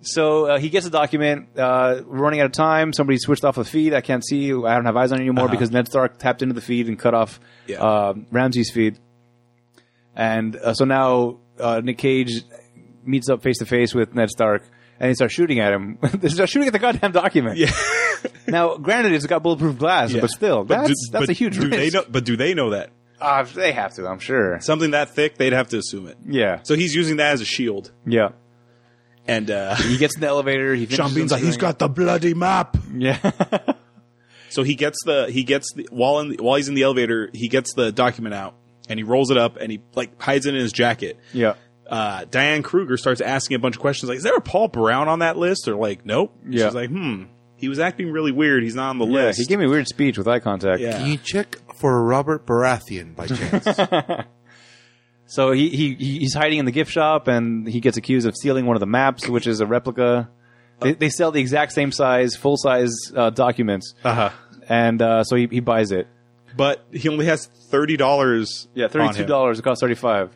so uh, he gets a document. Uh, we're running out of time. Somebody switched off the feed. I can't see. I don't have eyes on it anymore because Ned Stark tapped into the feed and cut off
Uh-huh. Yeah.
um, Ramsey's feed. And uh, so now uh, Nick Cage meets up face to face with Ned Stark. And they start shooting at him. they start shooting at the goddamn document. Yeah. now, granted, it's got bulletproof glass, but still, that's, that's
but
a huge
do
risk.
They know, but do they know that
Uh, they have to, I'm sure.
something that thick? They'd have to assume it.
Yeah.
So he's using that as a shield.
Yeah.
And uh,
He gets in the elevator. He
Sean
finishes
Bean's like, he's
doing
got the bloody map.
it. Yeah.
So he gets the he gets the while in the, while he's in the elevator, he gets the document out and he rolls it up and he like hides it in his jacket.
Yeah.
Uh, Diane Kruger starts asking a bunch of questions like, "Is there a Paul Brown on that list?" They're like, "Nope."
Yeah.
She's like, "Hmm, he was acting really weird. He's not on the
Yeah,
list."
he gave me a weird speech with eye contact.
yeah.
Can you check for Robert Baratheon by chance?
So he, he he- he's hiding in the gift shop, and he gets accused of stealing one of the maps, which is a replica.
Uh.
They, they sell the exact same size, full size uh, documents,
uh-huh.
and uh, so he, he buys it.
But he only has thirty dollars.
Yeah, thirty two dollars. It costs thirty five.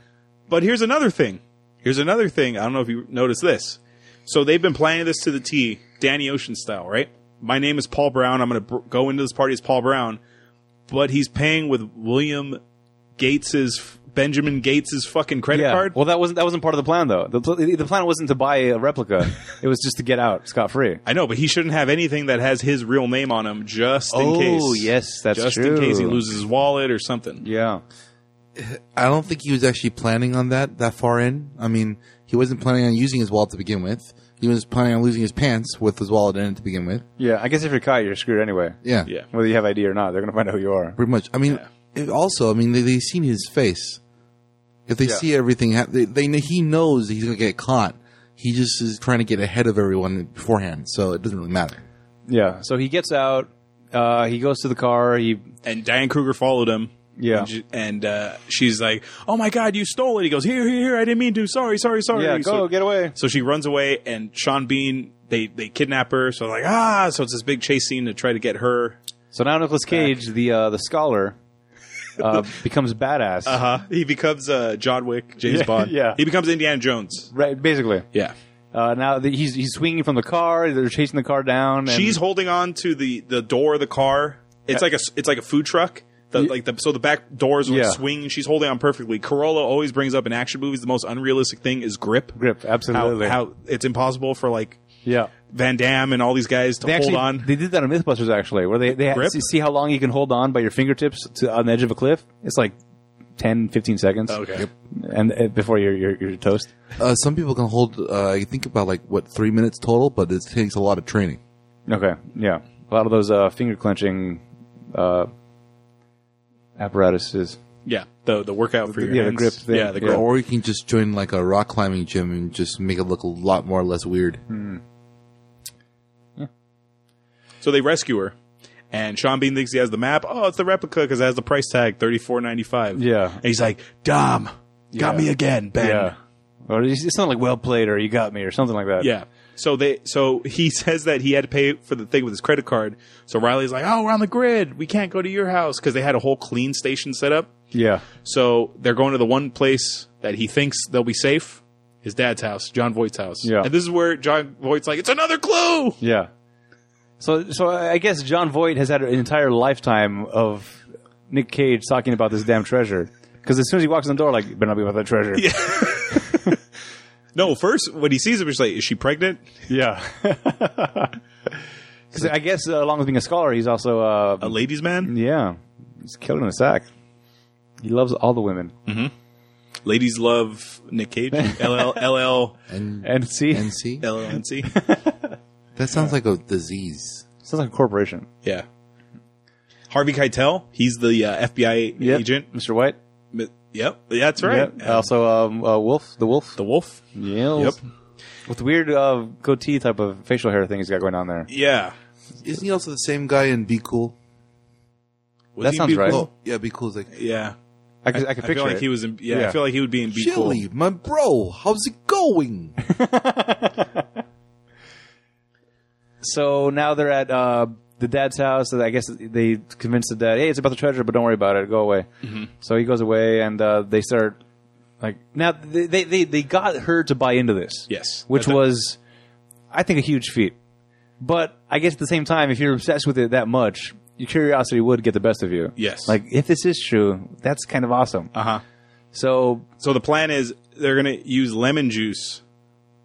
But here's another thing. Here's another thing. I don't know if you noticed this. So they've been planning this to the T, Danny Ocean style, right? My name is Paul Brown. I'm going to br- go into this party as Paul Brown, but he's paying with William Gates's Benjamin Gates's fucking credit
Yeah.
card.
Well, that wasn't that wasn't part of the plan though. The, pl- the plan wasn't to buy a replica. it was just to get out scot free.
I know, but he shouldn't have anything that has his real name on him, just in case.
Oh, yes, that's
just
true.
in case he loses his wallet or something.
Yeah.
I don't think he was actually planning on that that far in. I mean, he wasn't planning on using his wallet to begin with. He was planning on losing his pants with his wallet in it to begin with.
Yeah. I guess if you're caught, you're screwed anyway.
Yeah.
Yeah.
Whether you have ID or not, they're gonna find out who you are.
Pretty much. I mean, it also, I mean, they, they seen his face. If they
Yeah.
see everything, hap- they, they kn- he knows he's gonna get caught. He just is trying to get ahead of everyone beforehand, so it doesn't really matter.
Yeah. So he gets out. Uh, he goes to the car. He
And Diane Kruger followed him.
Yeah.
And, j- and uh, she's like, "Oh my God, you stole it!" He goes, "Here, here, here! I didn't mean to. Sorry, sorry, sorry."
yeah
So-
go get away.
So she runs away, and Sean Bean they they kidnap her. So like ah, so it's this big chase scene to try to get her.
So now Nicolas Cage, the uh, the scholar, uh, becomes badass.
Uh, he becomes uh, John Wick, James
Yeah,
Bond.
yeah.
he becomes Indiana Jones.
Right, basically.
Yeah,
Uh, now the, he's he's swinging from the car. They're chasing the car down. And
she's holding on to the the door of the car. It's like a s- it's like a food truck. The, like the so the back doors would
Yeah.
swing. She's holding on perfectly. Corolla always brings up in action movies the most unrealistic thing is grip.
grip
How,
absolutely.
how it's impossible for like
yeah.
Van Damme and all these guys to
They
hold
actually
on.
they did that on MythBusters actually, where they they had-
Grip?
see, see how long you can hold on by your fingertips to on the edge of a cliff. It's like 10, 15 seconds.
Okay.
And uh, before you're, you're you're toast.
Uh, some people can hold, uh, I think about like, what, three minutes total, but it takes a lot of training.
Okay. Yeah. A lot of those uh, finger clenching uh, apparatuses.
Yeah, the the workout for your
yeah, the
hands.
grip thing.
Yeah, the
Yeah.
grip.
Or you can just join like a rock climbing gym and just make it look a lot more or less weird.
Hmm.
So they rescue her, and Sean Bean thinks he has the map. Oh, it's the replica because it has the price tag thirty four ninety five.
Yeah.
and he's like, "Dom, got me again, Ben."
Yeah. Or it's it's not like well played or you got me or something like that.
Yeah. So they, so he says that he had to pay for the thing with his credit card. So Riley's like, "Oh, we're on the grid. We can't go to your house because they had a whole clean station set up.
Yeah.
So they're going to the one place that he thinks they'll be safe." His dad's house, John Voight's house.
Yeah.
And this is where John Voight's like, it's another clue!
Yeah. So so I guess John Voight has had an entire lifetime of Nick Cage talking about this damn treasure. Because as soon as he walks in the door, like, better not be about that treasure. Yeah.
No, first, when he sees him, he's like, is she pregnant?
Yeah. Because I guess uh, along with being a scholar, he's also, uh,
A ladies' man?
yeah, he's killed in a sack. He loves all the women.
Ladies love Nick Cage. LL, LL,
And,
And see,
and see?
LLNC.
That sounds like a disease.
sounds like a corporation.
yeah. Harvey Keitel, he's the uh, FBI
Yep.
agent.
Mr. White.
Mi- Yep, that's right.
Yep. Also, um, uh, Wolf, the Wolf.
the wolf.
yeah.
Yep.
With the weird uh, goatee type of facial hair thing he's got going on there.
Yeah,
Isn't he also the same guy in Be Cool?
Was
That
he in
sounds
Be
right.
Cool?
Oh, yeah, Be Cool is like,
Yeah,
I could, I, could
I
picture
feel like
it.
he was in. Yeah, I
Yeah.
feel like he would be in Be Cool.
Chili, my bro, how's it going?
so now they're at uh, the dad's house. and I guess they convince the dad, "Hey, it's about the treasure, but don't worry about it. Go away."
Mm-hmm.
So he goes away, and uh, they start like now they, they- they they got her to buy into this.
Yes.
which
That's-
was, I think, a huge feat. But I guess at the same time, if you're obsessed with it that much, your curiosity would get the best of you.
Yes.
Like if this is true, that's kind of awesome.
Uh huh.
So
So the plan is they're gonna use lemon juice.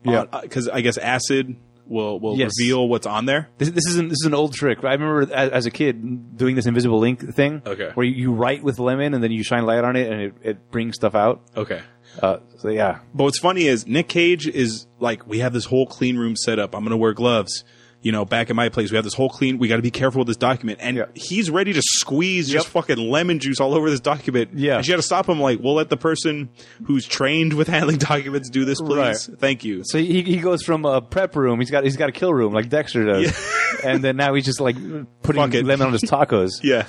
Yeah.
because I guess acid will will
Yes.
reveal what's on there.
This, this is an, this is an old trick. I remember as, as a kid doing this invisible ink thing,
Okay.
where you, you write with lemon and then you shine light on it and it, it brings stuff out.
Okay.
Uh, so yeah,
But what's funny is Nick Cage is like, we have this whole clean room set up. I'm gonna wear gloves. You know, back at my place, we have this whole clean. We got to be careful with this document, and
Yeah.
he's ready to squeeze just fucking lemon juice all over this document.
Yeah.
and she had to stop him. Like, we'll let the person who's trained with handling documents do this, please. Thank you.
so he, he goes from a prep room. He's got he's got a kill room like Dexter does, and then now he's just like putting
Fuck it.
lemon on his tacos.
Yeah.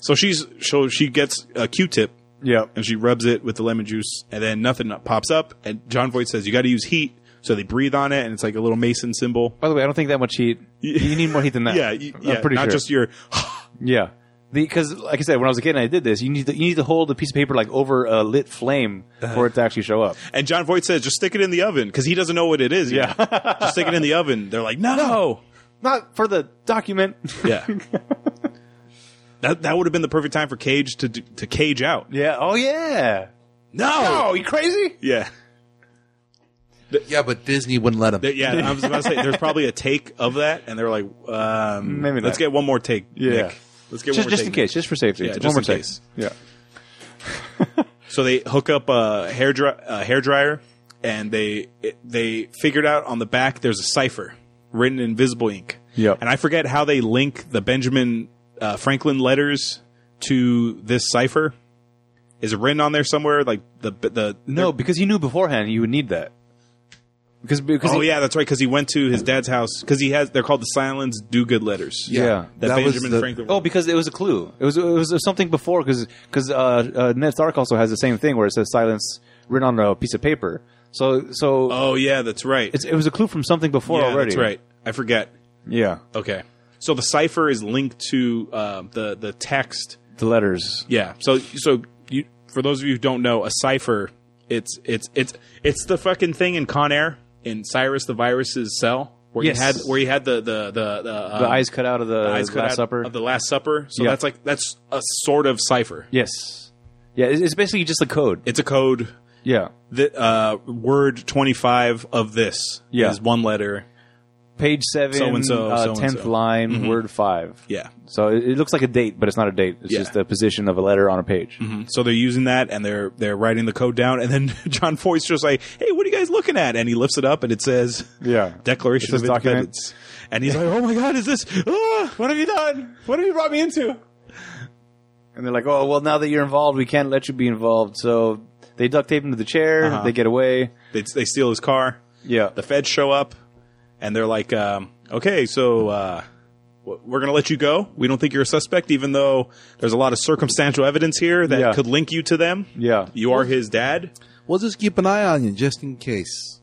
so she's so she gets a Q-tip
yeah,
and she rubs it with the lemon juice, and then nothing pops up. And John Voight says you got to use heat, so they breathe on it, and it's like a little mason symbol.
By the way, I don't think that much heat. You need more heat than that.
Yeah, y- yeah,
I'm pretty
not
sure.
just your.
yeah. Because, like I said, when I was a kid and I did this, you need to, you need to hold a piece of paper like over a lit flame for it to actually show up.
And John Voight says just stick it in the oven because he doesn't know what it is. yet. just stick it in the oven. They're like, no,
Not for the document.
yeah. That, that would have been the perfect time for Cage to do- to cage out.
yeah. Oh yeah.
No,
Oh, you crazy?
yeah,
yeah, but Disney wouldn't let him.
Th- yeah. I was about to say there's probably a take of that, and they're like, um,
Maybe
let's
not.
get one more take.
Yeah.
Nick. let's get one
Just,
more
just
take,
in
Nick.
case, just for safety.
Yeah,
One
just
more
in
take.
case.
Yeah.
So they hook up a hair dry, a hair dryer, and they it, they figured out on the back there's a cipher written in invisible ink.
Yep.
And I forget how they link the Benjamin uh, Franklin letters to this cipher. Is it written on there somewhere? Like the the
No, because you knew beforehand you would need that. Because because
Oh
he-
yeah, that's right. Because he went to his dad's house. Because he has they're called the Silence Do Good letters.
Yeah.
That,
was
Benjamin
the-
Franklin.
Oh, because it was a clue. It was it was something before because uh, uh, Ned Stark also has the same thing where it says silence written on a piece of paper. So so
oh yeah, that's right.
it's, it was a clue from something before
yeah,
already.
that's right. I forget.
Yeah,
Okay. So the cipher is linked to um, the the text
the letters.
Yeah. So so you for those of you who don't know, a cipher it's it's it's it's the fucking thing in Con Air in Cyrus the Virus's cell where
Yes.
he had where he had the the the the, um,
The eyes cut out of the,
the eyes
Last
cut out
Supper.
of the Last Supper. So
Yeah.
that's like that's a sort of cipher.
yes. Yeah, it's it's basically just a code.
It's a code.
Yeah.
The uh, word twenty five of this
Yeah.
is one letter.
Page seven,
So-and-so,
uh,
so-and-so.
tenth line, word five.
Mm-hmm. Yeah.
So it, it looks like a date, but it's not a date. It's
Yeah. Mm-hmm.
just the position of a letter on a page.
So they're using that and they're they're writing the code down. And then John Foyt's just like, "Hey, what are you guys looking at?" And he lifts it up and it says,
Yeah.
Declaration
It
of
says document.
Independence." And he's like, "Oh my God, is this? Ah, what have you done? What have you brought me into?"
And they're like, "Oh, well, now that you're involved, we can't let you be involved." So they duct tape him to the chair. They get away.
They, they steal his car.
Yeah.
Uh-huh. The feds show up and they're like, um, "Okay, so uh, w- we're gonna let you go. We don't think you're a suspect, even though there's a lot of circumstantial evidence here that
Yeah.
could link you to them.
Yeah.
You are his dad."
We'll just keep an eye on you just in case.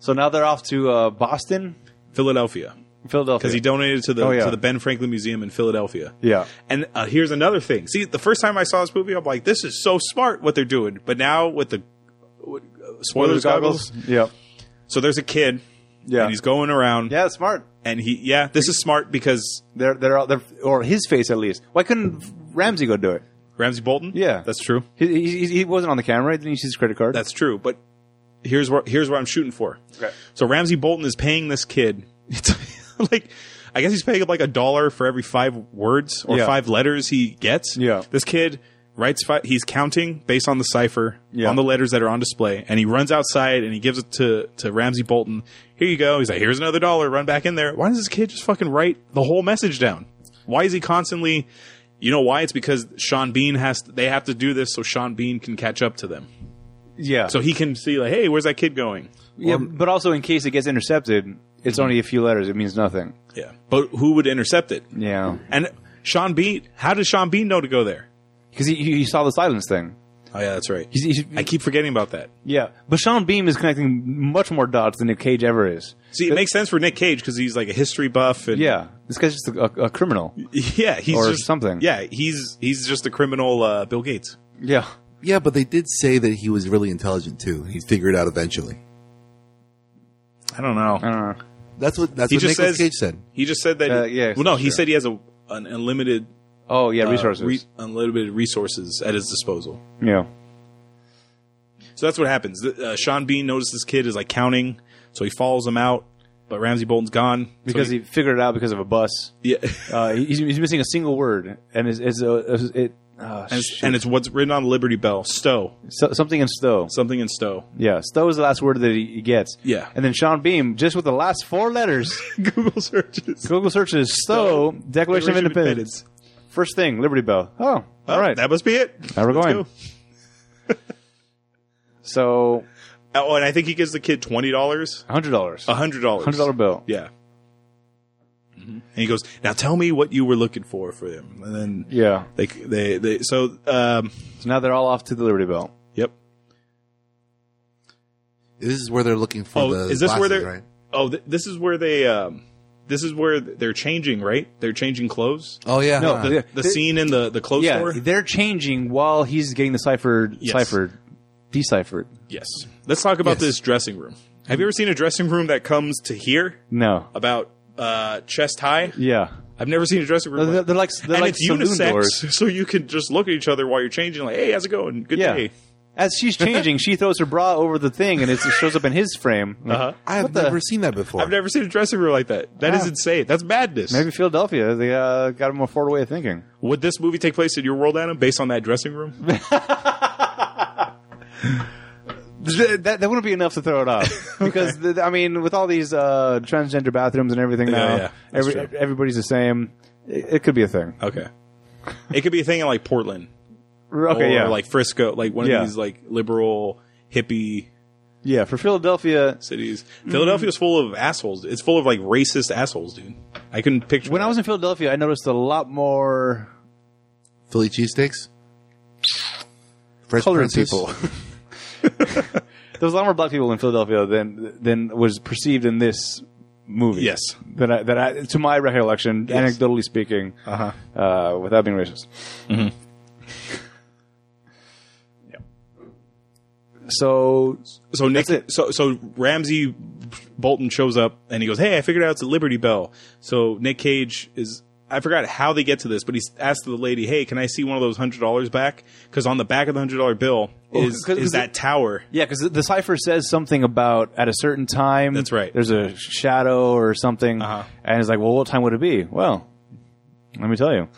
So now they're off to uh, Boston,
Philadelphia,
Philadelphia.
because he donated to the
Oh, yeah.
to the Ben Franklin Museum in Philadelphia.
yeah.
And uh, here's another thing. See, the first time I saw this movie, I'm like, this is so smart what they're doing. But now with the with, uh, spoilers goggles.
Yeah.
so there's a kid,
Yeah.
and he's going around,
yeah, smart.
and he, yeah, this is smart because
They're they're all they're, or his face at least. Why couldn't Ramsey go do it?
Ramsey Bolton,
Yeah.
that's true,
He, he, he wasn't on the camera. He didn't use his credit card.
that's true. But here's what here's what I'm shooting for.
Okay.
So Ramsey Bolton is paying this kid, it's like, I guess he's paying him like a dollar for every five words or
Yeah.
five letters he gets.
Yeah.
This kid writes, fi- he's counting based on the cipher
Yeah.
on the letters that are on display, and he runs outside and he gives it to to Ramsey Bolton. Here you go. He's like, here's another dollar. Run back in there. Why does this kid just fucking write the whole message down? Why is he constantly? You know why? It's because Sean Bean has. they have to do this so Sean Bean can catch up to them,
Yeah.
so um, he can see like, hey, where's that kid going?
yeah, but also in case it gets intercepted, it's only a few letters. It means nothing.
Yeah, but who would intercept it?
Yeah.
And Sean Bean, how does Sean Bean know to go there?
Because he, he saw the silence thing.
Oh yeah, that's right.
He's, he's,
I keep forgetting about that.
yeah. But Sean Beam is connecting much more dots than Nick Cage ever is.
See, it makes sense for Nick Cage because he's like a history buff, and
Yeah. This guy's just a, a, a criminal.
yeah, he's
Or
just,
something.
Yeah, he's he's just a criminal, uh, Bill Gates.
Yeah.
Yeah, but they did say that he was really intelligent too. He figured it out eventually.
I don't know.
I don't know.
That's what that's
He
what
just
Nicolas
says
Cage said.
He just said that.
Uh, yes,
well, no,
that's
he
true.
said he has a an unlimited
Oh, yeah.
uh,
Resources.
re- unlimited resources at his disposal.
yeah.
So that's what happens. The- Uh, Sean Bean notices this kid is like counting, so he follows him out. But Ramsey Bolton's gone So
Because he figured it out because of a bus.
yeah,
Uh, he's, he's missing a single word, and it's, it's, uh, it's it uh,
and, it's, and it's what's written on the Liberty Bell, Stowe,
so, something in Stowe.
something in Stowe.
Yeah, Stowe is the last word that he he gets.
Yeah.
and then Sean Beam just with the last four letters.
Google searches
Google searches Stowe Declaration, of Independence. First thing, Liberty Bell. Oh, all right.
that must be it.
Now we're
Let's
going.
go.
so
Oh, and I think he gives the kid twenty dollars,
hundred dollars,
hundred dollars,
hundred dollar bill.
Yeah. And he goes, now tell me what you were looking for for him, and then
Yeah.
They, they, they, so, um,
So now they're all off to the Liberty Bell.
yep.
This is where they're looking for
Oh,
the
is this where
glasses,
they're,
right?
oh, th- this is where they, um, this is where they're changing, right? They're changing clothes.
Oh yeah.
No,
huh.
The, the E
They-
scene in the, the clothes
Yeah,
store?
they're changing while he's getting the cipher,
Yes.
ciphered, deciphered.
Yes. Let's talk about
Yes.
this dressing room. Have you ever seen a dressing room that comes to here
No.
about, uh, chest high?
Yeah.
I've never seen a dressing room.
They're,
like-
they're like they're
and
like
it's
saloon
unisex,
doors.
so you can just look at each other while you're changing, like, hey, how's it going? Good
Yeah.
day.
As she's changing, she throws her bra over the thing, and it's, it shows up in his frame.
Uh-huh.
I have
What the-
never seen that before.
I've never seen a dressing room like that. That is
Wow.
insane. That's madness.
Maybe Philadelphia, they uh, got a more forward way of thinking.
Would this movie take place in your world, Adam, based on that dressing room?
That, that wouldn't be enough to throw it off because th I mean, with all these uh, transgender bathrooms and everything now,
yeah, that's
every,
true.
everybody's the same. It, it could be a thing.
Okay. It could be a thing in like Portland or
Okay, yeah,
like Frisco, like one
Yeah.
of these like liberal hippie
yeah. For Philadelphia,
cities. Philadelphia's full of assholes. It's full of like racist assholes, dude. I couldn't picture
when I
that.
was in Philadelphia, I noticed a lot more
Philly cheesesteaks. Fresh
colored
Princess?
people. there was a lot more black people in Philadelphia than than was perceived in this movie.
Yes.
that I, that I, to my recollection,
Yes.
anecdotally speaking,
Uh-huh. Mm-hmm.
uh, without being racist. yeah. So
so Nick
That's it.
so so Ramsey Bolton shows up and he goes, "Hey, I figured out it's a Liberty Bell." So Nick Cage is I forgot how they get to this, but he's asked the lady, "Hey, can I see one of those hundred dollars back?" Because on the back of the hundred dollar bill
Oh,
is
'cause-
is that tower.
yeah, because the cipher says something about at a certain time.
That's right.
There's a shadow or something,
Uh-huh.
and it's like, well, what time would it be? Well, let me tell you.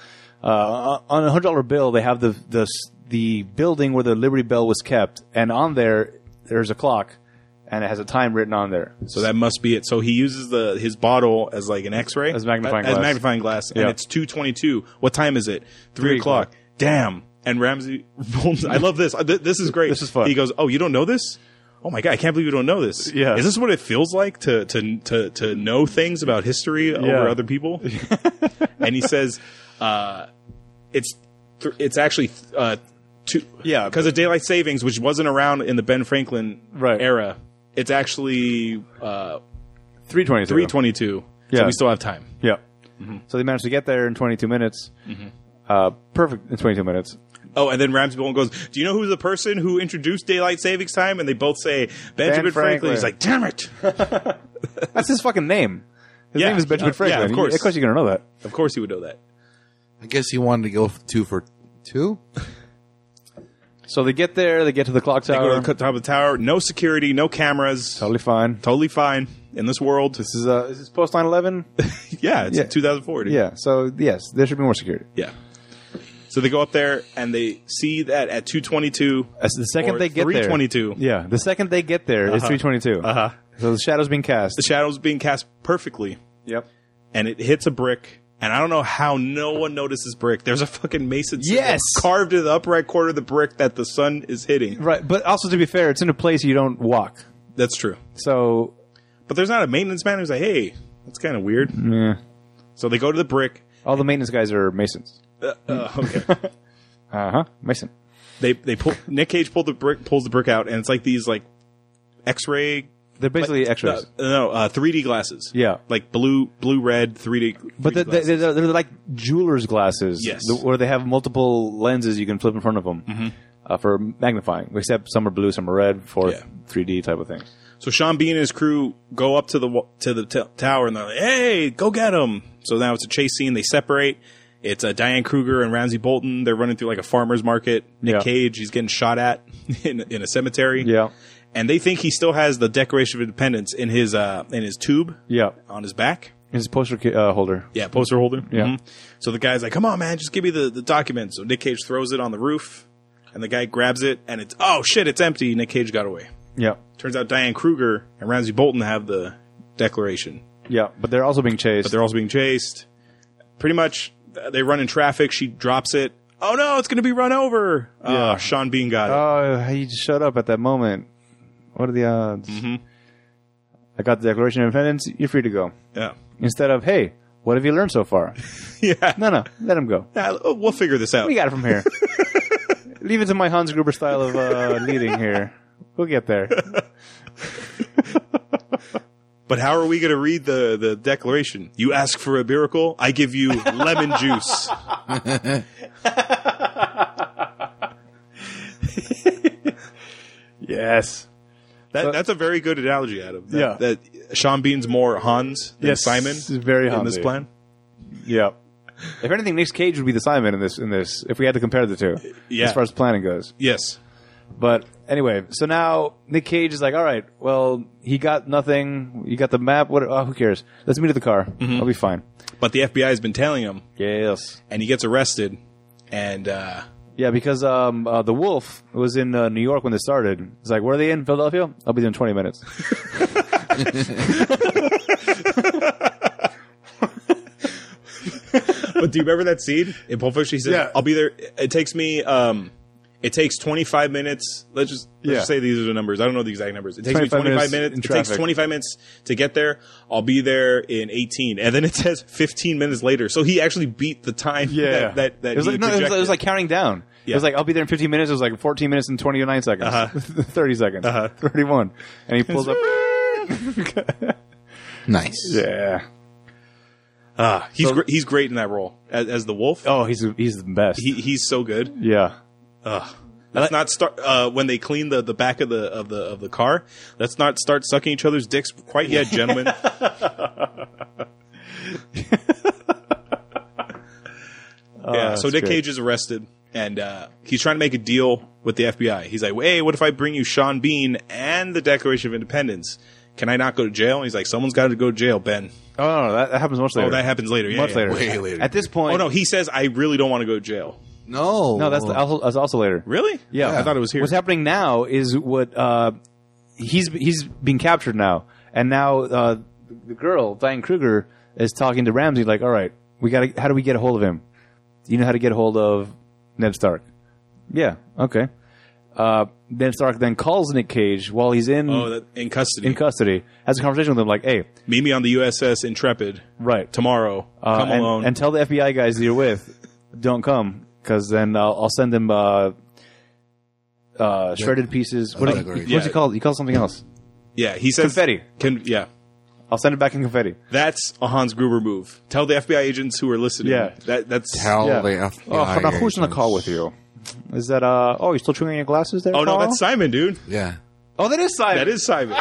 Uh, on a hundred dollar bill, they have the the s- the building where the Liberty Bell was kept, and on there there's a clock, and it has a time written on there.
So that must be it. So he uses the his bottle as like an X-ray,
As magnifying
as
glass.
magnifying glass, and
Yeah.
it's two twenty-two. What time is it? Three,
Three
o'clock.
o'clock.
Damn. And Ramsey, I love this. Uh, th- This is great.
This is fun.
He goes, "Oh, you don't know this? Oh my god, I can't believe you don't know this.
Yeah.
is this what it feels like to to to to know things about history over other people?" and he says, uh, "It's th- it's actually." Uh, Two,
Yeah,
because of daylight savings, which wasn't around in the Ben Franklin
Right.
era, it's actually uh,
Three twenty.
three Mm-hmm. twenty two. So
Yeah.
we still have time.
Yeah. So they managed to get there in 22 minutes.
Mm-hmm.
Uh, perfect in 22 minutes.
Oh, and then Ramsey Bolton goes, "Do you know who's the person who introduced daylight savings time?" And they both say Benjamin
Franklin.
Franklin. He's like, "Damn it!"
That's his fucking name. His
Yeah.
name is Benjamin
Uh, yeah,
Franklin.
of course.
You, of course, you're gonna know that.
of course, he would know that.
I guess he wanted to go f- two for two.
So they get there. They get to the clock
They go to
tower.
the top of the tower. No security, no cameras.
totally fine.
Totally fine in this world.
This is uh, is this post 9/11?
Yeah, it's
Yeah.
2004. dude.
yeah. So yes, there should be more security.
yeah. So they go up there and they see that at two twenty two.
As the second
Or
they get there,
322.
Yeah, the second they get there is 322.
Uh huh.
So the shadow's being cast.
The shadows being cast perfectly,
yep.
and it hits a brick, And I don't know how no one notices brick. There's a fucking mason symbol
Yes!
carved in the upright corner of the brick that the sun is hitting.
Right, but also to be fair, it's in a place you don't walk.
That's true.
So
But there's not a maintenance man who's like, hey, that's kind of weird. So they go to the brick.
all the maintenance guys are masons.
Uh, uh, okay.
Uh huh. Mason.
they they pull Nick Cage pulled the brick pulls the brick out, and it's like these like X-ray.
They're basically
No,
X-rays.
no, uh, 3D glasses.
Yeah.
like blue, blue, red, 3D.
But
3D
the, the,
glasses.
they're, they're like jeweler's glasses,
Yes.
the- where they have multiple lenses you can flip in front of them uh, for magnifying. Except some are blue, some are red for
Yeah.
3D type of things.
So Sean Bean and his crew go up to the wa- to the t- tower and they're like, "Hey, go get him!" So now it's a chase scene. They separate. It's uh, Diane Kruger and Ramsey Bolton. They're running through like a farmer's market. Nick
Yeah.
Cage, he's getting shot at in, in a cemetery.
Yeah.
and they think he still has the Declaration of Independence in his uh, in his tube
Yeah.
on his back.
His poster ki- uh, holder.
Yeah, poster holder.
Yeah.
Mhm. So the guy's like, "Come on, man, just give me the the document." So Nick Cage throws it on the roof, and the guy grabs it, and it's oh shit, it's empty. Nick Cage got away.
Yeah.
Turns out Diane Kruger and Ramsey Bolton have the Declaration,
Yeah. But they're also being chased.
but they're also being chased. Pretty much, uh, they run in traffic. She drops it. Oh no, it's going to be run over. Uh, Sean Bean got it.
Oh, how you just showed up at that moment. What are the odds?
Mm-hmm.
I got the Declaration of Independence. You're free to go.
yeah,
Instead of, hey, what have you learned so far?
yeah.
No, no, let him go.
Nah, oh, we'll figure this out.
We got it from here. Leave it to my Hans Gruber style of uh, leading here. We'll get there.
But how are we going to read the the Declaration? You ask for a miracle, I give you lemon juice.
Yes.
That, that's a very good analogy, Adam. That,
Yeah.
That Sean Bean's more Hans than
Yes,
Simon
he's very
in this
Hans-y.
plan.
Yeah. If anything, Nick Cage would be the Simon in this. In this, if we had to compare the two,
Yeah.
as far as planning goes.
Yes.
But anyway, so now Nick Cage is like, all right, well, he got nothing. You got the map. What? Oh, who cares? Let's meet at the car. I'll be fine.
But the FBI has been tailing him,
Mm-hmm. Yes.
and he gets arrested. And uh,
Yeah, because um, uh, the Wolf was in uh, New York when this started. It's like, where are they in Philadelphia? I'll be there in twenty minutes.
but do you remember that scene in Pulp Fiction? He says,
Yeah.
"I'll be there. It takes me. Um, it takes 25 minutes. Let's just let's
Yeah.
just say these are the numbers. I don't know the exact numbers. It takes
25
me 25 minutes.
minutes in
it takes
traffic.
25 minutes to get there. I'll be there in 18. And then it says 15 minutes later. So he actually beat the time. That that, that
it was
he
like no, it was, it was
projected.
like counting down. It was
Yeah. Uh-huh.
like I'll be there in 15 minutes. It was like 14 minutes and 29 seconds, 30 seconds, 31, and he pulls up.
Nice.
yeah.
Ah, he's gr- he's great in that role as, as the wolf.
Oh, he's he's the best.
He, he's so good.
yeah.
Ugh. Let's not start uh, when they clean the, the back of the of the of the car. Let's not start sucking each other's dicks quite yet, gentlemen. yeah. So
Ah, that's
Nick
great.
Cage is arrested, and uh, he's trying to make a deal with the FBI. He's like, "Hey, what if I bring you Sean Bean and the Declaration of Independence? Can I not go to jail?" And he's like, "Someone's got to go to jail, Ben."
Oh no, no, that, that happens much later.
Oh, that happens later. Yeah,
much
yeah.
later.
Way later.
At this
Oh
point,
no, he says, "I really don't want to go to jail."
No.
no, that's, also, that's also later.
Really?
Yeah.
I thought it was here.
What's happening now is what uh, he's he's being captured now, and now uh, the girl Diane Kruger is talking to Ramsey like, "All right, we got to. How do we get a hold of him? You know how to get a hold of Ned Stark? Yeah, okay." Uh, Ned Stark then calls Nick Cage while he's in
oh, that, in custody.
in custody, has a conversation with him like, "Hey,
Meet me on the USS Intrepid
right,
tomorrow.
uh,
Come
and,
alone.
and tell the FBI guys that you're with, don't come, because then I'll, I'll send them uh, uh, shredded pieces. What do you-
Categories.
what's he called? He calls something else.
yeah, he says
confetti.
Can, yeah,
I'll send it back in confetti.
that's a Hans Gruber move. Tell the FBI agents who are listening.
Yeah.
that that's.
Tell
Yeah.
the FBI.
oh, now who's on the
agents.
call with you? Is that uh? Oh, you still chewing your glasses there?
oh no,
Carl?
that's Simon, dude.
Yeah.
oh that is Simon.
That is Simon.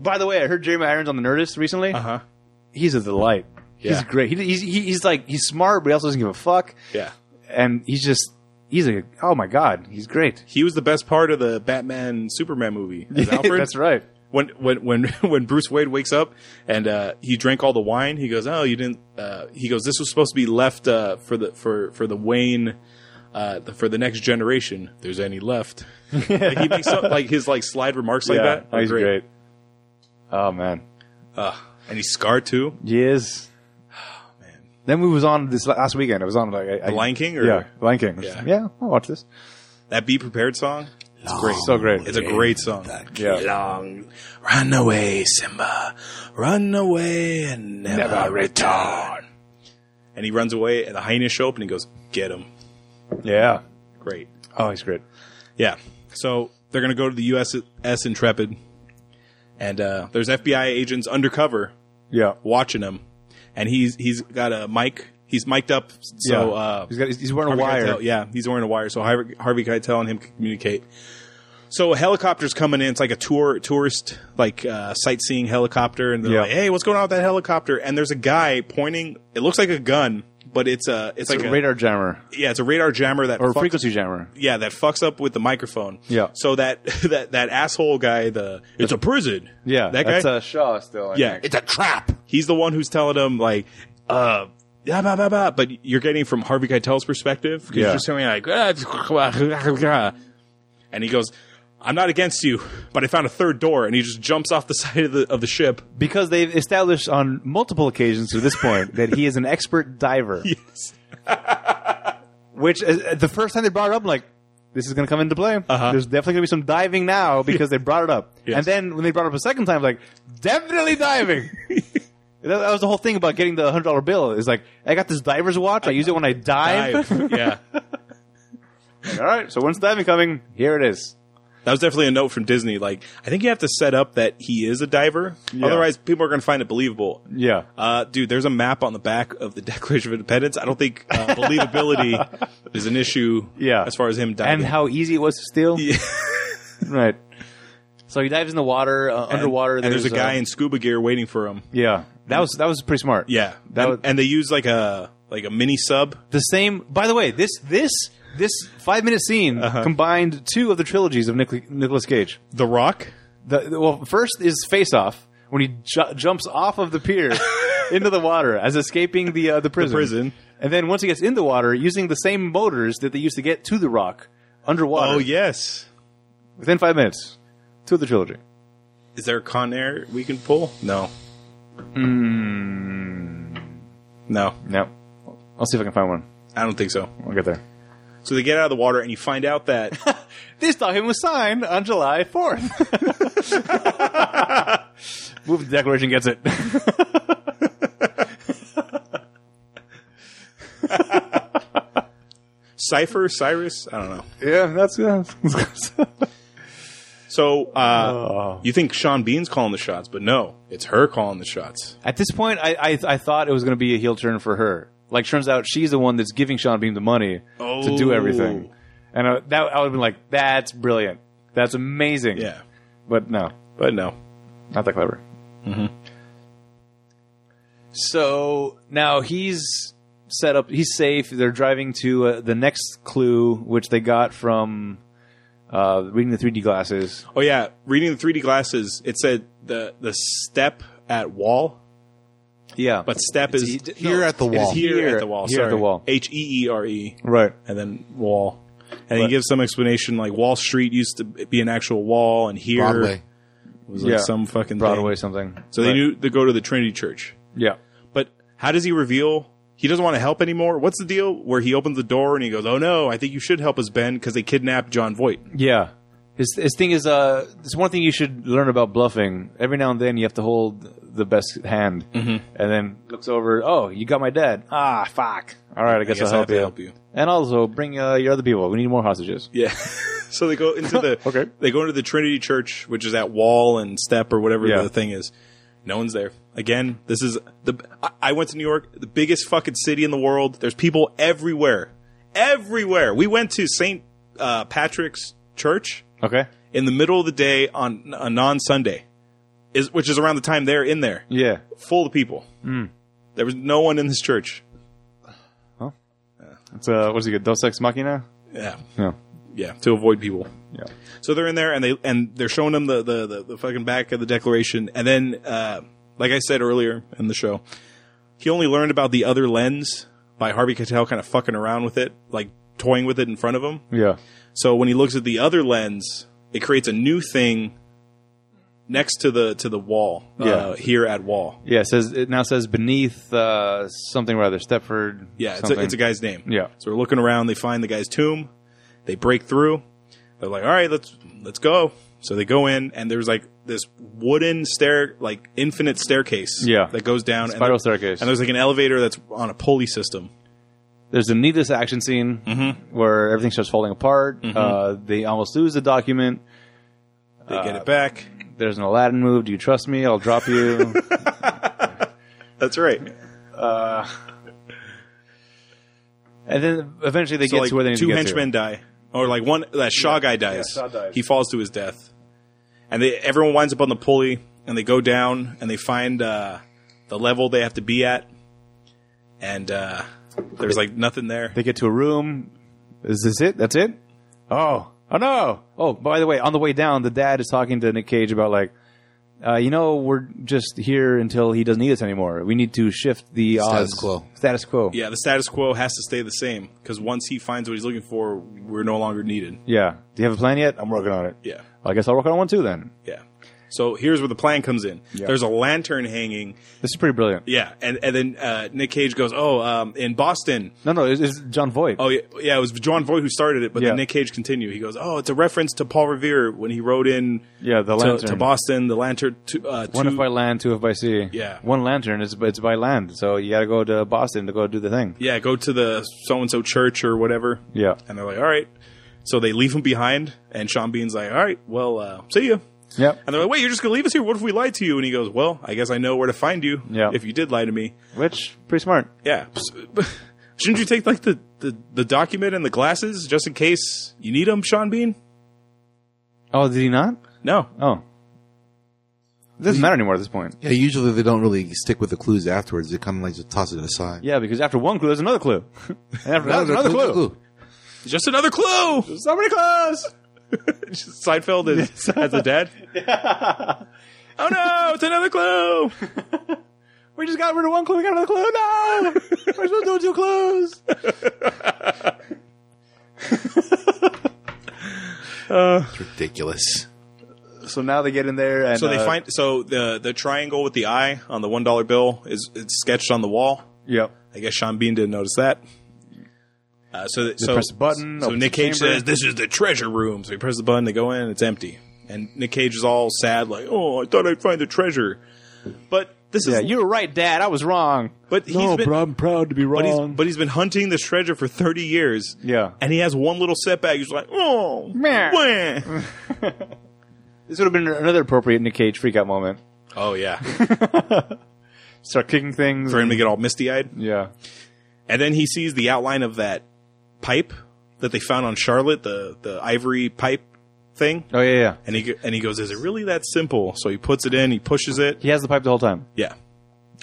By the way, I heard Jeremy Irons on the Nerdist recently.
huh.
He's a delight.
Uh-huh. Yeah.
He's great. He, he's he, he's like he's smart, but he also doesn't give a fuck.
Yeah,
And he's just he's a oh my god, he's great.
he was the best part of the Batman Superman movie. as Alfred.
that's right.
When when when when Bruce Wayne wakes up and uh, he drank all the wine, he goes, "Oh, you didn't." Uh, he goes, "This was supposed to be left uh, for the for for the Wayne." Uh, the, for the next generation, if there's any left. like he makes up, like his like slide remarks like that.
Oh, he's great. Oh man.
And he's scarred too.
Yes.
Oh, Man.
Then we was on this last weekend. I was on like I, I,
Lion King or
yeah, Lion King.
Yeah.
Yeah. I'll watch this.
that Be Prepared song? It's great.
So great.
It's a great song.
Yeah.
Long. Run away, Simba. Run away and never, return. And he runs away and the hyena show up and he goes, get him.
Yeah.
Great.
Oh, he's great.
Yeah. So they're going to go to the USS Intrepid. And uh, there's FBI agents undercover
Yeah.
watching him. And he's he's got a mic. He's mic'd up. So
Yeah.
uh,
he's got he's, he's wearing a
Harvey
wire.
Keitel- yeah, he's wearing a wire, so Harvey, Harvey Keitel and him can communicate. So a helicopter's coming in. It's like a tour tourist, like uh, sightseeing helicopter, and they're
Yeah.
like, "Hey, what's going on with that helicopter?" And there's a guy pointing. It looks like a gun, but it's a it's, like
a
a,
radar jammer
yeah, it's a radar jammer that
or
fucks-
frequency jammer.
yeah that fucks up with the microphone.
Yeah.
So that that that asshole guy, the it's a prison.
Yeah,
that guy.
that's uh, Shaw still. I
Yeah.
think.
It's a trap.
he's the one who's telling him like, uh, yeah, blah, blah, blah, but you're getting from Harvey Keitel's perspective because
Yeah.
you're just hearing like, "Ah," and he goes, "I'm not against you, but I found a third door," and he just jumps off the side of the of the ship.
because they've established on multiple occasions to this point that he is an expert diver.
Yes.
Which uh, the first time they brought it up, I'm like this is going to come into play.
Uh-huh.
There's definitely going to be some diving now because they brought it up.
Yes.
And then when they brought it up a second time, I'm like definitely diving. That that was the whole thing about getting the hundred dollar bill. Is like I got this diver's watch. I use it when I dive.
Dive. yeah,
Like, All right, so when's diving coming? Here it is.
that was definitely a note from Disney. Like, I think you have to set up that he is a diver, otherwise people are going to find it believable.
Yeah,
Uh, dude, there's a map on the back of the Declaration of Independence. I don't think uh, believability is an issue.
Yeah.
as far as him diving.
and how easy it was to steal.
Yeah.
right. So he dives in the water, uh, underwater.
and there's, a guy
uh,
in scuba gear waiting for him.
Yeah, that was that was pretty smart.
Yeah,
that
and,
was
and they use like a like a mini sub.
the same. By the way, this this this five minute scene
Uh-huh.
combined two of the trilogies of Nic- Nicolas Cage.
The Rock.
The, the- well, first is Face Off when he ju- jumps off of the pier into the water as escaping the uh, the prison.
prison.
and then once he gets in the water, using the same motors that they used to get to the rock underwater.
Oh yes.
within five minutes, two of the trilogy.
Is there a Con Air we can pull? No. No,
No, I'll see if I can find one.
I don't think so.
I'll get there.
So they get out of the water, and you find out that
This document was signed on July 4th. Move the declaration gets it.
Cipher Cyrus. I don't know.
Yeah, that's yeah.
So uh, you think Sean Bean's calling the shots, but no, it's her calling the shots.
At this point, I, I I thought it was going to be a heel turn for her. Like, turns out she's the one that's giving Sean Bean the money to
Oh.
do everything. And I, that I would have been like, that's brilliant. That's amazing.
Yeah,
But no,
but no.
not that clever. Mm-hmm. So now he's set up. He's safe. They're driving to uh, the next clue, which they got from uh, reading the 3D glasses.
Oh yeah, reading the 3D glasses, it said the the step at wall,
Yeah,
but step is
It's-
Here at the wall.
here,
Here.
at the wall.
Here at
sorry.
the wall.
H e e r e.
right.
and then wall. And he
Right.
gives some explanation like Wall Street used to be an actual wall, and here
Broadway.
was like
Yeah.
some fucking
Broadway
Thing.
something.
So they
Right.
knew to go to the Trinity Church.
Yeah.
But how does he reveal he doesn't want to help anymore? What's the deal? Where he opens the door and he goes, "Oh no, I think you should help us, Ben, because they kidnapped John Voight."
Yeah. His, his thing is, uh, it's one thing you should learn about bluffing. Every now and then you have to hold the best hand. Mm-hmm. And then looks over, oh, you got my dad. Ah, fuck. All right, I guess,
guess
I'll,
I'll have
help,
to
you.
help you.
And also bring uh, your other people. We need more hostages.
Yeah. so they go into the
Okay.
They go into the Trinity Church, which is that wall and step or whatever
Yeah.
the thing is. No one's there. Again, this is the. I, I went to New York, the biggest fucking city in the world. There's people everywhere, everywhere. We went to St. Uh, Patrick's Church
Okay.
in the middle of the day on a non Sunday, is which is around the time they're in there,
Yeah.
full of people. There was no one in this church.
It's, uh, what is it, good? Dos Ex Machina?
Yeah,
No.
yeah, to avoid people.
Yeah.
So they're in there and they and they're showing them the the, the, the fucking back of the declaration. And then, uh, like I said earlier in the show, he only learned about the other lens by Harvey Keitel kind of fucking around with it, like toying with it in front of him.
Yeah.
So when he looks at the other lens, it creates a new thing next to the to the wall.
Yeah.
Uh, here at wall.
Yeah, it says it now says beneath uh, something or other Stepford.
Yeah, it's a,
something.
it's a guy's name.
Yeah.
So we're looking around. They find the guy's tomb. They break through. They're like, all right, let's let's go. So they go in, and there's like this wooden stair, like infinite staircase.
Yeah.
That goes down. and
Spiral
there-
staircase.
And there's like an elevator that's on a pulley system.
There's a needless action scene
Mm-hmm.
where everything starts falling apart. Uh, they almost lose the document.
They get
Uh,
it back.
There's an Aladdin move. Do you trust me? I'll drop you.
That's right.
and then eventually they
So
get
like
to where they need
two
to get
henchmen die, or like one that Shaw guy dies.
Shaw dies.
He falls to his death, and they everyone winds up on the pulley, and they go down, and they find uh, the level they have to be at, and uh, there's like nothing there.
To. They get to a room. Is this it? That's it? Oh, oh no! Oh, by the way, on the way down, the dad is talking to Nick Cage about like. Uh, you know, we're just here until he doesn't need us anymore. We need to shift the
Status
odds.
quo.
Status quo.
Yeah, the status quo has to stay the same because once he finds what he's looking for, we're no longer needed.
Yeah. Do you have a plan yet? I'm working on it.
Yeah.
I guess I'll work on one too then.
Yeah. So here's where the plan comes in. There's a lantern hanging.
This is pretty brilliant.
Yeah, and and then uh, Nick Cage goes, "Oh, um, in Boston,
No, no, it's, it's John Voight.
Oh yeah, yeah, it was John Voight who started it, but
Yeah.
then Nick Cage continued. He goes, "Oh, it's a reference to Paul Revere when he rode in,
Yeah, the
to-
lantern.
to Boston, the lantern to, uh,
one
to-
if by land, two if by sea.
Yeah.
One lantern is it's by land, so you got to go to Boston to go do the thing.
yeah, go to the so and so church or whatever."
Yeah.
and they're like, "All right," so they leave him behind, and Sean Bean's like, "All right, well, uh, see you."
Yep.
And they're like, "Wait, you're just gonna leave us here? What if we lied to you?" And he goes, "Well, I guess I know where to find you.
Yeah.
if you did lie to me,
Which pretty smart.
yeah." Shouldn't you take like the, the, the document and the glasses just in case you need them, Sean Bean?
Oh, did he not?
No,
Oh. Hmm. It doesn't matter anymore at this point.
Yeah, usually they don't really stick with the clues afterwards. They kind of like just toss it aside.
Yeah, because after one clue, there's another clue. and after that, there's another clue.
just another clue.
So many clues.
Seinfeld is as the dad. oh no, it's another clue.
We just got rid of one clue. We got another clue. No, we're supposed to do two clues.
It's ridiculous.
So now they get in there and
So they
uh,
find so the the triangle with the eye on the one dollar bill is it's sketched on the wall.
Yep.
I guess Sean Bean didn't notice that. Uh, so that, so
press the button,
So
opens
Nick
the
Cage
chamber.
says this is the treasure room. So he presses the button. They go in. It's empty. And Nick Cage is all sad, like, "Oh, I thought I'd find the treasure," but this
Yeah,
is
you were right, Dad. I was wrong.
but he's been,
I'm proud to be
but he's but he's been hunting this treasure for thirty years.
Yeah.
and he has one little setback. He's like, "Oh,
Meh."
wah."
this would have been another appropriate Nick Cage freakout moment.
Oh yeah,
Start kicking things.
for him to get all misty eyed.
yeah.
And then he sees the outline of that pipe that they found on Charlotte, the the ivory pipe thing.
Oh yeah, yeah.
And he go- and he goes, "Is it really that simple?" So he puts it in, he pushes it.
He has the pipe the whole time.
Yeah.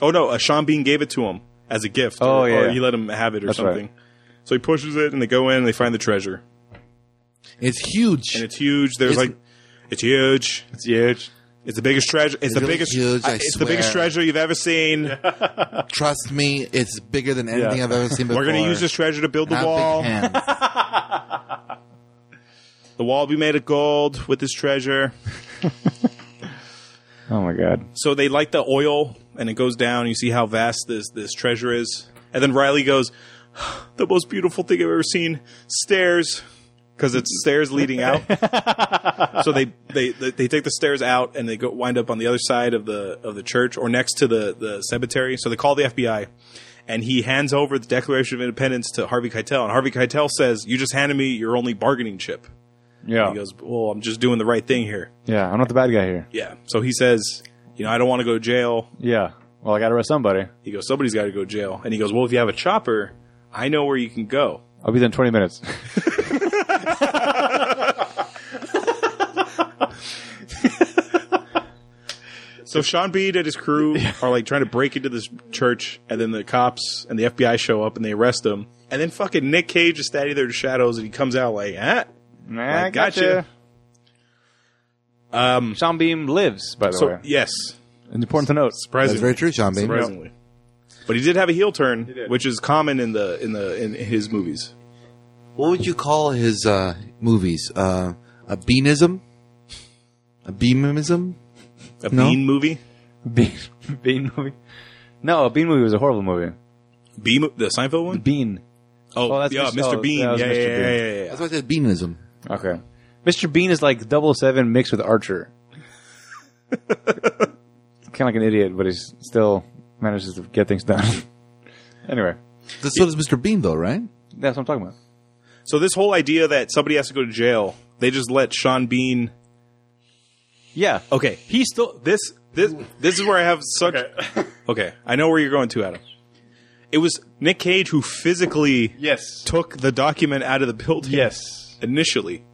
Oh no, uh, Sean Bean gave it to him as a gift.
Oh,
or,
yeah,
or
yeah.
he let him have it or
That's
something.
right.
So he pushes it, and they go in, and they find the treasure,
It's huge.
and it's huge. There's
It's-
like, it's huge.
It's huge.
It's the biggest treasure. It's, the
really
biggest.
huge, I
it's the
swear.
biggest treasure you've ever seen.
Trust me, it's bigger than anything
Yeah.
I've ever seen before.
We're gonna use this treasure to build the
Not big
wall.
hands.
The wall will be made of gold with this treasure.
Oh my god.
so they light the oil and it goes down. You see how vast this this treasure is, and then Riley goes, "The most beautiful thing I've ever seen: stairs." Because it's stairs leading out, so they, they they they take the stairs out and they go wind up on the other side of the of the church or next to the the cemetery. So they call the FBI, and he hands over the Declaration of Independence to Harvey Keitel, and Harvey Keitel says, "You just handed me your only bargaining chip."
Yeah.
He goes, "Well, I'm just doing the right thing here."
yeah. I'm not the bad guy here.
Yeah. So he says, "You know, I don't want to go to jail.
Yeah. Well, I got to arrest somebody.
He goes, somebody's got to go to jail. And he goes, well, if you have a chopper, I know where you can go.
I'll be there in 20 minutes.
So Sean Bean and his crew are like trying to break into this church, and then the cops and the FBI show up and they arrest him. And then fucking Nick Cage is standing there in the shadows, and he comes out like, ah.
nah,
I gotcha.
Um, Sean Beam lives, by the
So
way.
yes,
It's important to note.
That's
surprisingly,
very true, Sean Bean.
surprisingly. But he did have a heel turn, which is common in the in the in his movies.
What would you call his uh, movies? Uh, a beanism? A beamimism?
A
No.
Bean movie?
Bean, Bean movie? No, Bean movie was a horrible movie.
Bean, mo- the Seinfeld one?
Bean.
Oh,
Oh, that's
yeah,
Mr.
Mr.
oh,
Bean.
that
Yeah,
was
yeah,
Mr.
yeah,
Bean.
yeah, yeah, yeah.
That's why I said beanism.
Okay. Mr. Bean is like 007 mixed with Archer. kind of like an idiot, but he's still manages to get things done. anyway,
That's so does Mr. Bean though, right?
that's what I'm talking about.
So this whole idea that somebody has to go to jail, they just let Sean Bean.
Yeah.
Okay, he still this this this is where I have such. Okay, I know where you're going to, Adam. It was Nick Cage who physically
Yes.
took the document out of the building.
Yes.
initially.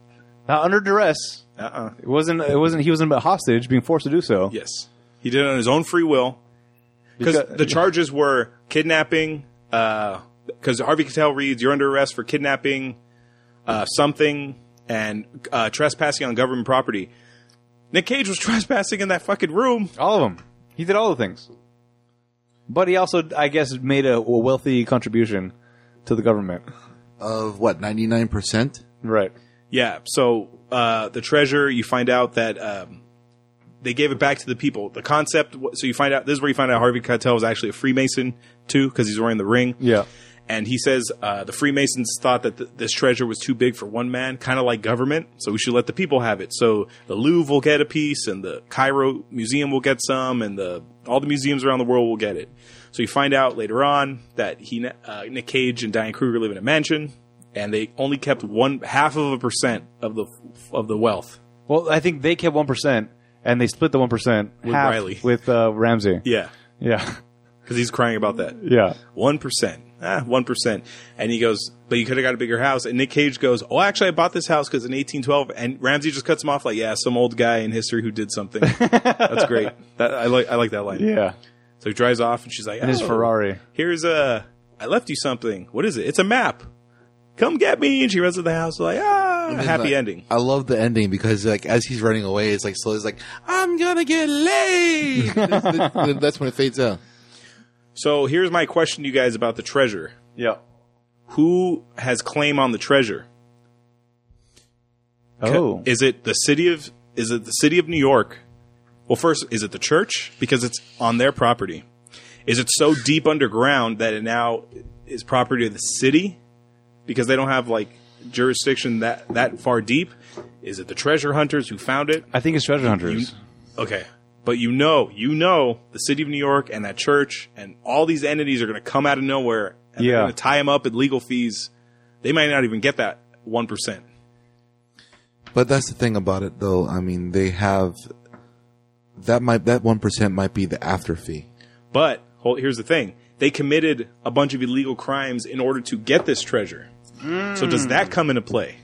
Now under duress.
Uh uh
It wasn't. It wasn't. He wasn't a hostage, being forced to do so.
Yes, he did it on his own free will because
Because-
the charges were kidnapping. Because Harvey Keitel reads, "You're under arrest for kidnapping, uh, something, and uh, trespassing on government property." Nick Cage was trespassing in that fucking room.
All of them. He did all the things. But he also, I guess, made a, a wealthy contribution to the government.
Of what, ninety nine percent?
Right.
Yeah. So uh, the treasure, you find out that um, they gave it back to the people. The concept. wa- So you find out this is where you find out Harvey Keitel was actually a Freemason too, because he's wearing the ring.
Yeah.
And he says uh, the Freemasons thought that th- this treasure was too big for one man, kind of like government. So we should let the people have it. So the Louvre will get a piece, and the Cairo Museum will get some, and the all the museums around the world will get it. So you find out later on that he, uh, Nick Cage, and Diane Kruger live in a mansion, and they only kept one half of a percent of the of the wealth.
Well, I think they kept one percent, and they split the one percent with
Riley.
with uh, Ramsey.
Yeah,
Yeah.
because he's crying about that.
Yeah.
one percent, ah, one percent. And he goes, but you could have got a bigger house. And Nick Cage goes, oh, actually, I bought this house because in 1812. And Ramsey just cuts him off like, yeah, some old guy in history who did something. That's great. That, I like, I like that line.
Yeah.
So he drives off, and she's like,
his
"Oh,
Ferrari."
Here's a, I left you something. What is it? It's a map. Come get me. And she runs to the house like, ah, happy
Like,
ending.
I love the ending because like as he's running away, it's like slow. It's like I'm gonna get laid. That's when it fades out.
So here's my question to you guys about the treasure.
Yeah.
Who has claim on the treasure?
Oh.
Is it the city of is it the city of New York? Well, first, is it the church because it's on their property? Is it so deep underground that it now is property of the city because they don't have like jurisdiction that that far deep? Is it the treasure hunters who found it?
I think it's treasure hunters.
Okay. But you know, you know, the city of New York and that church and all these entities are going to come out of nowhere and they're
Yeah.
going to tie them up in legal fees. They might not even get that 1%.
But that's the thing about it, though. I mean, they have that might that one percent might be the after fee.
But hold, here's the thing: they committed a bunch of illegal crimes in order to get this treasure. So does that come into play?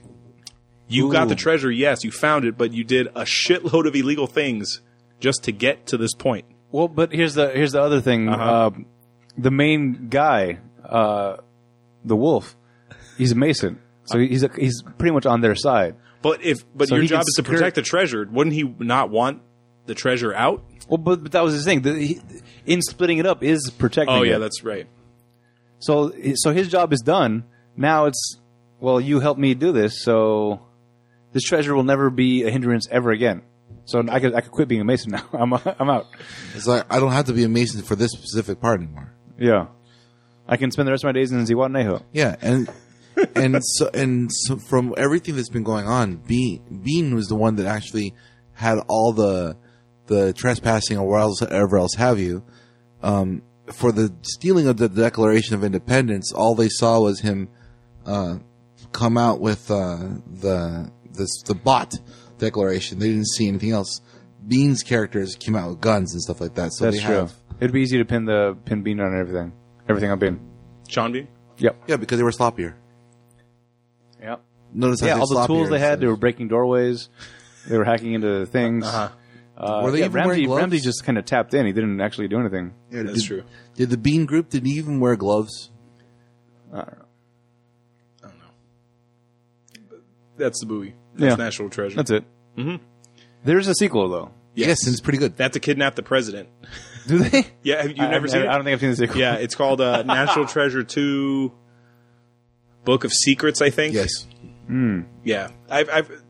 You got the
Ooh.
treasure, yes, you found it, but you did a shitload of illegal things just to get to this point.
Well, but here's the here's the other thing. uh the main guy, uh, the wolf, he's a mason, so he's a, he's pretty much on their side.
But if but
So
your
he
job
could
is to
secure-
protect the treasure, wouldn't he not want the treasure out?
Well, but, but that was his thing. The, he, in splitting it up is protecting.
Oh yeah,
it.
that's right.
so so his job is done. Now it's well, you helped me do this, so this treasure will never be a hindrance ever again. So I could I could quit being a mason now. I'm I'm out.
It's like I don't have to be a mason for this specific part anymore.
Yeah, I can spend the rest of my days in Ziwatanejo.
Yeah, and and so and so from everything that's been going on, Bean Bean was the one that actually had all the the trespassing or whatever else have you. Um, for the stealing of the Declaration of Independence, all they saw was him uh, come out with uh, the this the bot declaration. They didn't see anything else. Bean's characters came out with guns and stuff like that. So
That's
they
true.
have
It'd be easy to pin the pin bean on everything. Everything on bean.
Sean Bean.
Yep.
yeah because they were sloppier.
Yep.
Notice how
Yeah,
they're
all the tools
sloppier
they had,
instead
they
of-
were breaking doorways. They were hacking into things. Uh-huh.
Were they
yeah,
even wearing
Ramsey,
gloves?
Ramsey just kind of tapped in. He didn't actually do anything.
Yeah,
That's
did-
true.
Did the Bean Group did he even wear gloves?
That's the movie. That's
Yeah.
National Treasure.
That's it. Mm-hmm. There's a sequel, though.
Yes, and it's pretty good.
They have to kidnap the president.
Do they?
Yeah, have you
I-
never
I,
seen
I,
it?
don't think I've seen the sequel.
Yeah, it's called uh, National Treasure Two, Book of Secrets. I think.
Yes,
Yeah. I've. I've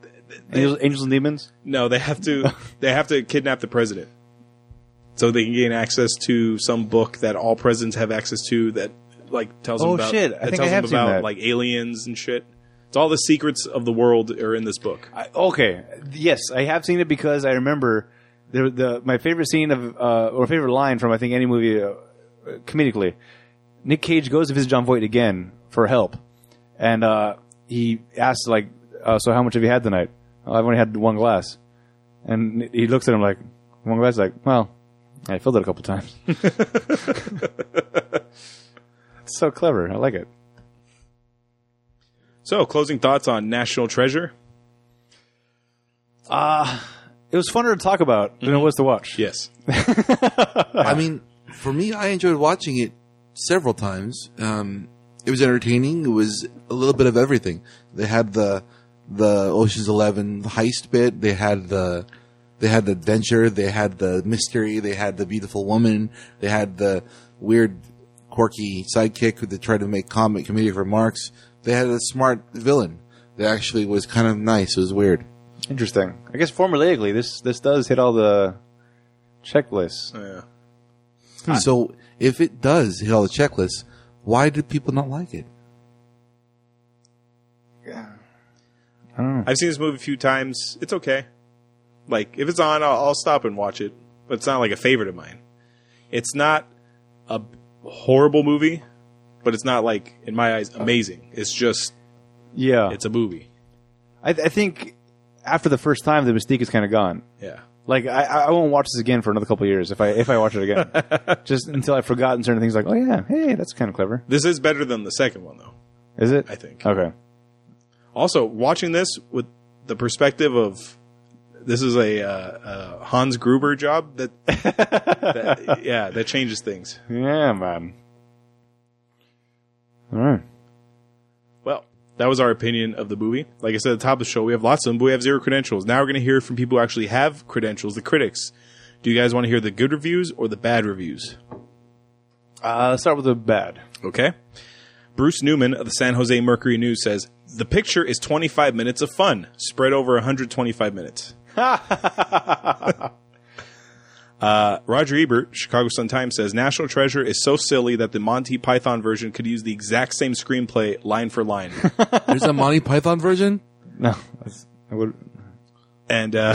Angels, Angels and Demons.
no, they have to. they have to kidnap the president. so they can gain access to some book that all presidents have access to that like tells them
Oh,
about
shit. I
that
think
tells
I have
them
seen
about
that.
like aliens and shit. It's all the secrets of the world are in this book.
I, okay, yes, I have seen it because I remember the, the my favorite scene of uh, or favorite line from I think any movie uh, comedically. Nick Cage goes to visit John Voight again for help, and uh, he asks like, uh, "So how much have you had tonight? "Oh, I've only had one glass." And he looks at him like, "One glass?" Like, well, I filled it a couple times. It's so clever. I like it.
So, closing thoughts on National Treasure?
It was funner to talk about than it was to watch.
Yes. Ah.
I mean, for me, I enjoyed watching it several times. Um, it was entertaining. It was a little bit of everything. They had the the Ocean's Eleven heist bit. They had the they had the adventure. They had the mystery. They had the beautiful woman. They had the weird, quirky sidekick who they tried to make comic comedic remarks. They had a smart villain that actually was kind of nice. It was weird.
Interesting. I guess formulaically, this this does hit all the checklists.
Oh, Yeah.
So if it does hit all the checklists, why do people not like it?
I've seen this movie a few times. It's okay. Like if it's on, I'll, I'll stop and watch it. But it's not like a favorite of mine. It's not a b- horrible movie, but it's not like in my eyes amazing. It's just
Yeah,
it's a movie.
I, I think after the first time, the mystique is kind of gone.
Yeah.
Like I, I won't watch this again for another couple of years if I if I watch it again, just until I've forgotten certain things. Like, oh yeah, hey, that's kind of clever,
This is better than the second one though.
is it?
I think.
Okay.
Also, watching this with the perspective of this is a uh, uh, Hans Gruber job that, that yeah that changes things.
Yeah, man. All right.
Well, that was our opinion of the movie. Like I said at the top of the show, we have lots of them, but we have zero credentials. Now we're going to hear from people who actually have credentials, the critics. Do you guys want to hear the good reviews or the bad reviews?
Uh, let's start with the bad.
Okay. Bruce Newman of the San Jose Mercury News says, The picture is 25 minutes of fun, spread over 125 minutes. uh, Roger Ebert, Chicago Sun Times, says, National Treasure is so silly that the Monty Python version could use the exact same screenplay line for line.
There's a Monty Python version.
No, that's, I would.
And uh,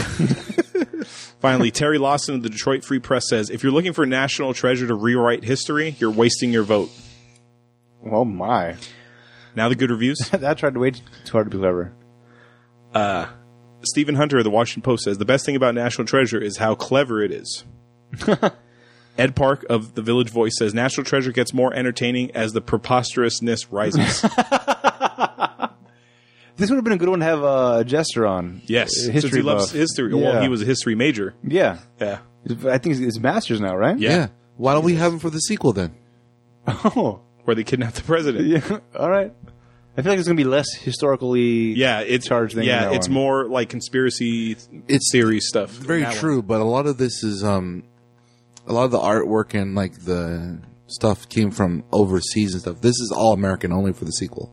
finally, Terry Lawson of the Detroit Free Press says, "If you're looking for national treasure to rewrite history, you're wasting your vote."
Oh my!
Now the good reviews.
I tried to wait too hard to be clever.
Stephen Hunter of the Washington Post says, "The best thing about National Treasure is how clever it is." Ed Park of the Village Voice says, "National Treasure gets more entertaining as the preposterousness rises."
This would have been a good one to have uh, Jester on.
yes,
Uh,
since he
history
loves
buff.
history.
Yeah.
Well, he was a history major.
Yeah,
Yeah,
I think it's masters now, right?
yeah.
Why don't we have him for the sequel then?
Oh,
Where they kidnapped the president.
yeah. All right. I feel like it's gonna be less historically.
Yeah, it's
Charged thing in
Yeah,
that
it's
one.
more like conspiracy
It's
theory stuff.
very true, but a lot of this is um, a lot of the artwork and like the stuff came from overseas and stuff. This is all American only for the sequel.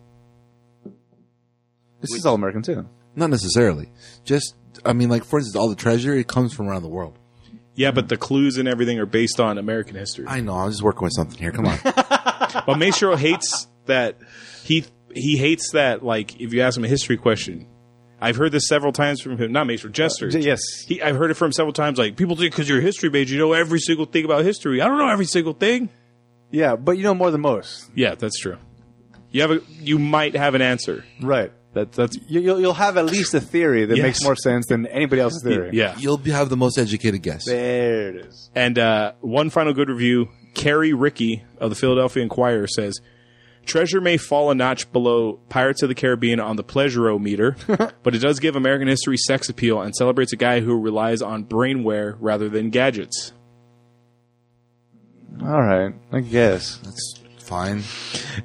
This is all American too.
Not necessarily. Just I mean, like for instance, all the treasure it comes from around the world.
Yeah, but the clues and everything are based on American history.
I know. I'm just working with something here. Come on.
But Maestro hates that he he hates that like if you ask him a history question. I've heard this several times from him. Not Maestro Jester.
J- yes.
he, I've heard it from several times. Like people think because you're a history major, you know every single thing about history. I don't know every single thing.
Yeah, but you know more than most,
Yeah, that's true. You have a you might have an answer.
right?
That that's
You, you'll you'll have at least a theory that
Yes.
makes more sense than anybody else's theory.
yeah.
You'll be, have the most educated guess.
There it is.
And uh, one final good review. Carrie Ricky of the Philadelphia Inquirer says, "Treasure may fall a notch below Pirates of the Caribbean on the pleasure meter, but it does give American history sex appeal and celebrates a guy who relies on brainware rather than gadgets."
All right. I guess.
That's fine.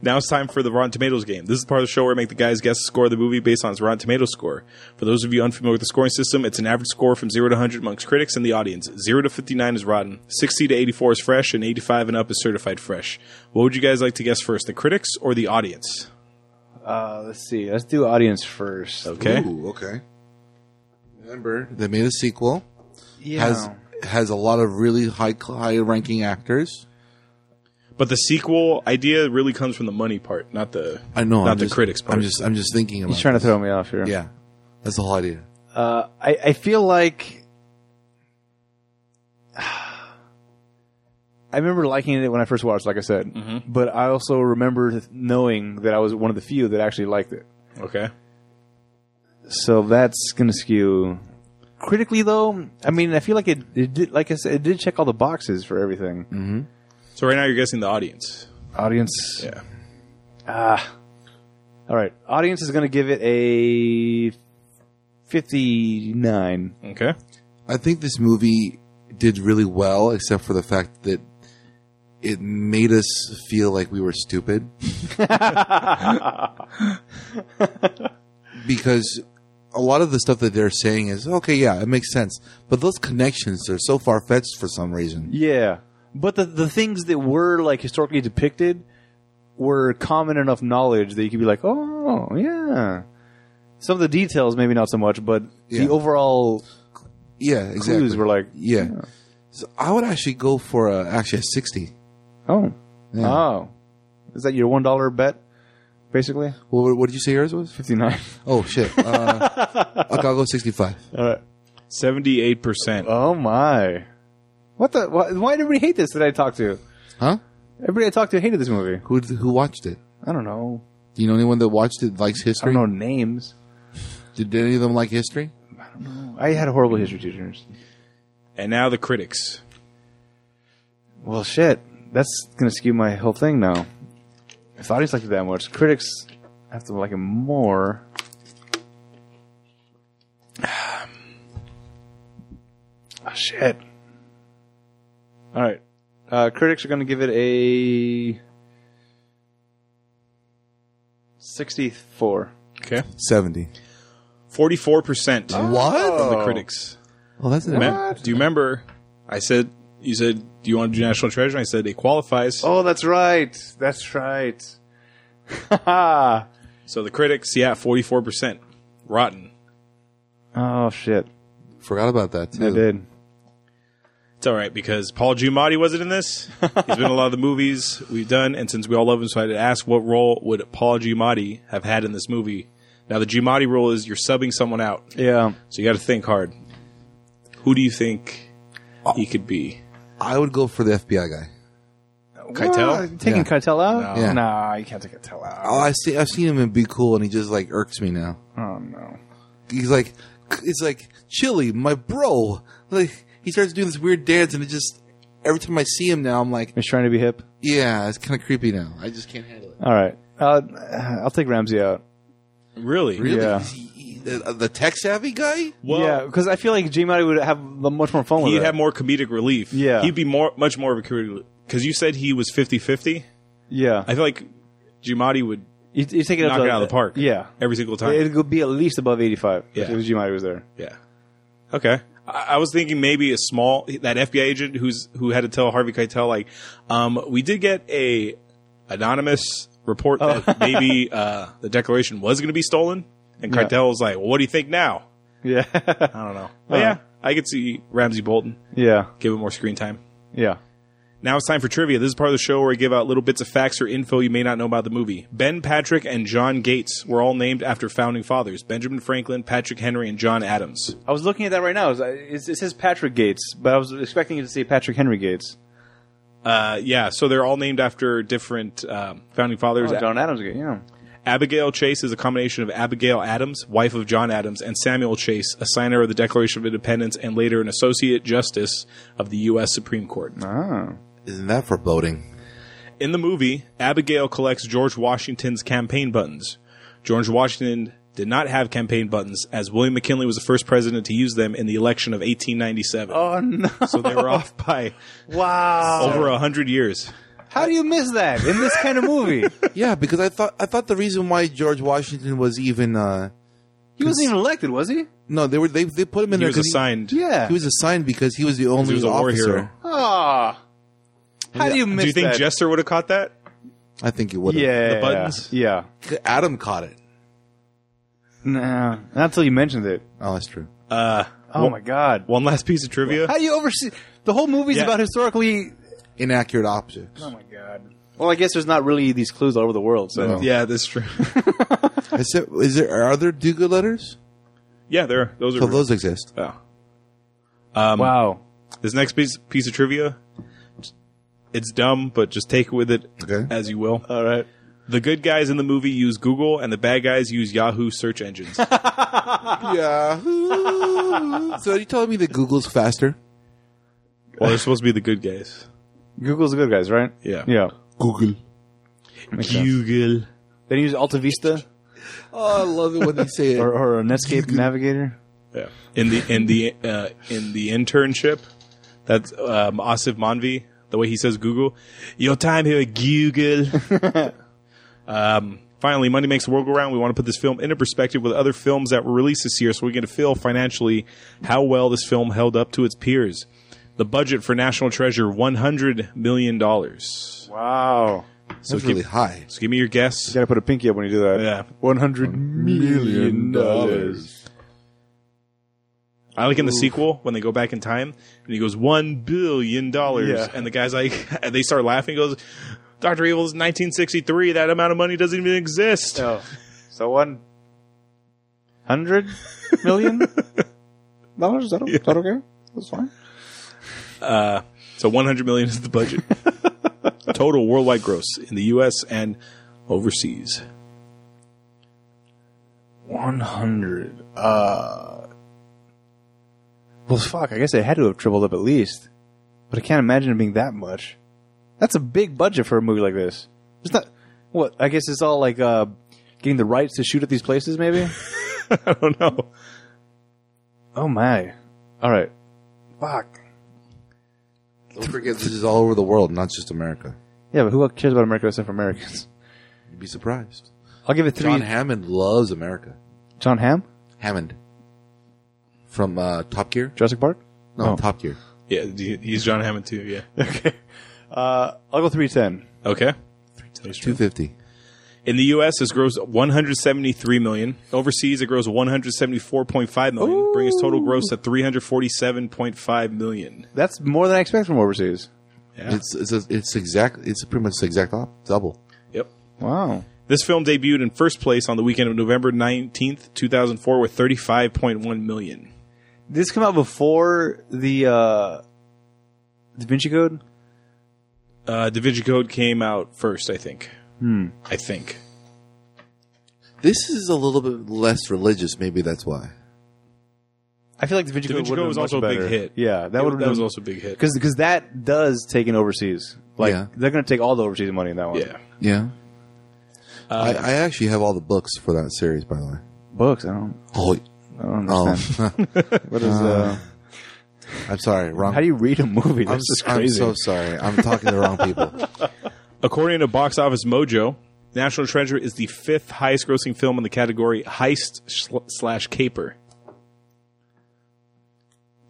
Now it's time for the Rotten Tomatoes game. This is the part of the show where I make the guys guess the score of the movie based on its Rotten Tomatoes score. For those of you unfamiliar with the scoring system, it's an average score from 0 to 100 amongst critics and the audience. 0 to 59 is rotten, 60 to 84 is fresh, and 85 and up is certified fresh. What would you guys like to guess first, the critics or the audience?
Uh, let's see. Let's do audience first.
Okay.
Ooh, okay. Remember, they made a sequel.
Yeah.
Has has a lot of really high high ranking actors.
But the sequel idea really comes from the money part, not the
I know.
not
I'm
the
just,
critics part.
I'm just I'm just thinking about.
He's trying to
this.
throw me off here.
Yeah, that's the whole idea.
Uh, I, I feel like I remember liking it when I first watched, like I said, but I also remember th- knowing that I was one of the few that actually liked it.
okay.
So that's gonna skew. Critically, though, I mean, I feel like it, it did, like I said, it did check all the boxes for everything.
So right now you're guessing the audience.
Audience,
Yeah.
all right, audience is gonna give it a fifty-nine.
Okay.
I think this movie did really well, except for the fact that it made us feel like we were stupid. because a lot of the stuff that they're saying is okay, yeah, it makes sense, but those connections are so far fetched for some reason.
Yeah, but the the things that were like historically depicted were common enough knowledge that you could be like, oh yeah. Some of the details, maybe not so much, but
Yeah.
the overall
Yeah,
clues
exactly.
were like,
yeah. So I would actually go for a, actually a sixty.
oh,
Yeah.
oh, is that your one dollar bet? Basically,
What, what did you say yours was?
fifty nine.
Oh shit! Uh, okay, I'll go sixty-five.
All right.
Seventy-eight percent.
Uh, Oh my! What the? Why, why did everybody hate this? That I talked to?
Huh?
Everybody I talked to hated this movie.
Who who watched it?
I don't know.
Do you know anyone that watched it likes
I
history?
don't know names.
Did, did any of them like history?
I had horrible history teachers.
And now the critics.
Well, shit. That's going to skew my whole thing now. If the audience liked it that much, critics have to like it more. Ah, shit. All right. Uh, critics are going to give it a 64.
Okay.
Seventy.
Forty-four percent
Ah.
of
What?
Oh.
the critics.
Well, Oh, that's an
Mem- Do you remember? I said you said do you want to do National Treasure? And I said it qualifies.
Oh, that's right. That's right. Ha
So the critics, yeah, forty-four percent. Rotten.
Oh, shit.
Forgot about that too.
I did.
It's all right because Paul Giamatti wasn't in this. He's been in a lot of the movies we've done, and since we all love him, so I had to ask what role would Paul Giamatti have had in this movie? Now the Giamatti role is you're subbing someone out,
Yeah.
so you got to think hard. Who do you think he could be?
I would go for the FBI guy.
Well,
Keitel.
taking
Yeah.
Keitel out?
No.
Yeah.
Nah, you can't take Keitel out.
Oh, I see. I've seen him in Be Cool, and he just like irks me now.
Oh no.
He's like, it's like Chili, my bro. Like he starts doing this weird dance, and it just every time I see him now, I'm like,
He's trying to be hip.
yeah, it's kind of creepy now. I just can't handle it.
All right. Uh, I'll take Ramsey out.
Really?
Yeah.
He- he- the, the tech savvy guy.
Well,
yeah, because I feel like Giamatti would have the- much more fun with
he'd
it.
have more comedic relief.
Yeah.
He'd be more, much more of a comedic because you said he was 50-50.
yeah,
I feel like Giamatti would
you, you take it up
knock
to-
it out of the park.
Yeah,
Every single time.
it would be at least above eighty-five
Yeah.
if it was Giamatti was there.
Yeah. Okay. I, I was thinking maybe a small that FBI agent who's who had to tell Harvey Keitel like, um, we did get a anonymous report
Oh.
that maybe uh, the declaration was going to be stolen, and
Yeah.
Keitel was like, well, what do you think now?
Yeah,
I don't know. But yeah, I could see Ramsey Bolton
yeah,
give him more screen time.
yeah.
Now it's time for trivia. This is part of the show where I give out little bits of facts or info you may not know about the movie. Ben Patrick and John Gates were all named after founding fathers Benjamin Franklin, Patrick Henry, and John Adams.
I was looking at that right now. It, was, it, it says Patrick Gates, but I was expecting it to say Patrick Henry Gates.
Uh, yeah, so they're all named after different um, founding fathers.
Oh, John Adams Gates. Yeah.
Abigail Chase is a combination of Abigail Adams, wife of John Adams, and Samuel Chase, a signer of the Declaration of Independence and later an associate justice of the U.S. Supreme Court.
Oh.
Isn't that foreboding?
In the movie, Abigail collects George Washington's campaign buttons. George Washington did not have campaign buttons, as William McKinley was the first president to use them in the election of 1897.
Oh no!
So they were off by
Wow.
over a hundred years.
How do you miss that in this kind of movie?
yeah, because I thought I thought the reason why George Washington was even uh
he wasn't even elected, was he?
no, they were they they put him in
He
there
was
'cause
assigned.
Yeah.
He was assigned because he was the only
He was a war
officer.
hero.
Ah. How do you miss
Do you think
that?
Jester would have caught that?
I think he would.
yeah,
the buttons?
Yeah.
Adam caught it.
Nah, not until you mentioned it.
Oh, that's true.
Uh,
Oh my god!
One last piece of trivia.
How do you oversee the whole movie's
Yeah.
about historically?
Inaccurate objects.
Oh my god! Well, I guess there's not really these clues all over the world. So
No.
Yeah, that's true.
Is there, is there are there do good letters?
yeah, there. are- Those are
So those exist.
Yeah.
Um, wow,
This next piece piece of trivia, it's dumb, but just take it with it
Okay.
as you will.
all right.
The good guys in the movie use Google, and the bad guys use Yahoo search engines.
Yahoo. so you telling me that Google's faster?
well, they're supposed to be the good guys.
Google's the good guys, right?
Yeah.
Yeah.
Google.
Google.
They use Alta Vista
Oh, I love it when you say it.
or, or a Netscape Navigator.
Yeah. In the in the uh, in the internship, that's um, Asif Manvi. The way he says Google, your time here at Google. um, finally, money makes the world go round. We want to put this film into perspective with other films that were released this year, so we can feel financially how well this film held up to its peers. The budget for National Treasure, one hundred million dollars.
Wow.
So,
That's really
give,
high.
so give me your guess.
You gotta put a pinky up when you do that.
Yeah.
One hundred million dollars.
I like in the sequel when they go back in time and he goes one billion dollars,
Yeah.
and the guy's like, and they start laughing. He goes, Doctor Evil's 1963. That amount of money doesn't even exist.
Oh. So one hundred million dollars? Is that, is that okay? That's fine.
So 100 million is the budget. Total worldwide gross in the U.S. and overseas.
One hundred. Uh well fuck, I guess it had to have tripled up at least. But I can't imagine it being that much. That's a big budget for a movie like this. It's not what I guess it's all like uh getting the rights to shoot at these places maybe?
I don't know.
oh my. Alright. Fuck.
Don't forget, this is all over the world, not just America.
Yeah, but who cares about America except for Americans?
You'd be surprised.
I'll give it three.
John Hammond loves America.
John Hamm?
Hammond. From uh, Top Gear?
Jurassic Park?
No,
Oh.
Top Gear.
Yeah, he- he's John Hammond too. Yeah.
Okay. Uh, I'll go 310.
Okay.
250.
In the U.S., this grows 173 million. Overseas, it grows 174.5 million, bringing its total gross to 347.5 million.
That's more than I expect from overseas.
Yeah.
It's it's a, it's exact. It's pretty much the exact op, double.
Yep.
Wow.
This film debuted in first place on the weekend of November 19th, 2004 with 35.1 million.
This came out before the uh, Da Vinci Code?
Uh, da Vinci Code came out first, I think.
Hmm.
I think.
This is a little bit less religious. Maybe that's why.
I feel like Da Vinci
Da
Code,
Vinci Code
would've been
was
much
also a big
better.
hit.
Yeah, that would
that was also a big hit.
Because that does take in overseas. Like,
Yeah.
they're going to take all the overseas money in that one.
Yeah.
Yeah. I, I actually have all the books for that series, by the way.
Books, I don't,
Oh,
I don't understand.
oh.
What is, uh,
I'm sorry. Wrong.
how do you read a movie?
I'm,
This is
s- I'm
crazy.
so sorry. I'm talking to the wrong people.
According to Box Office Mojo, National Treasure is the fifth highest grossing film in the category heist sl- slash caper.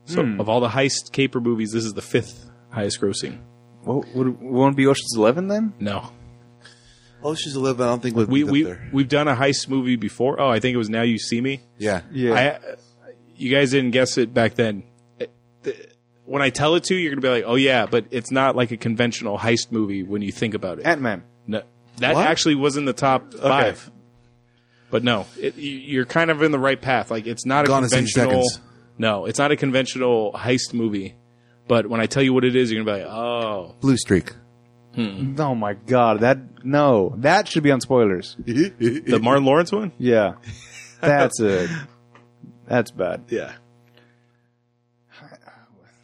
So,
Hmm.
of all the heist caper movies, this is the fifth highest grossing.
What, would, won't it be Ocean's Eleven then?
No.
Ocean's Eleven. I don't think would
We,
be up
we,
there.
we've done a heist movie before. Oh, I think it was Now You See Me.
Yeah.
I, you guys didn't guess it back then. It- th- When I tell it to you, you're gonna be like, "Oh yeah," but it's not like a conventional heist movie when you think about it.
Ant Man.
No, that
What?
actually was in the top five. But no, it, you- you're kind of in the right path. Like it's not a
Gone in 60
conventional.
seconds.
No, it's not a conventional heist movie. But when I tell you what it is, you're gonna be like, "Oh,
Blue Streak.
Oh my god, that no, that should be on spoilers.
the Martin Lawrence one."
Yeah, that's a that's bad.
Yeah.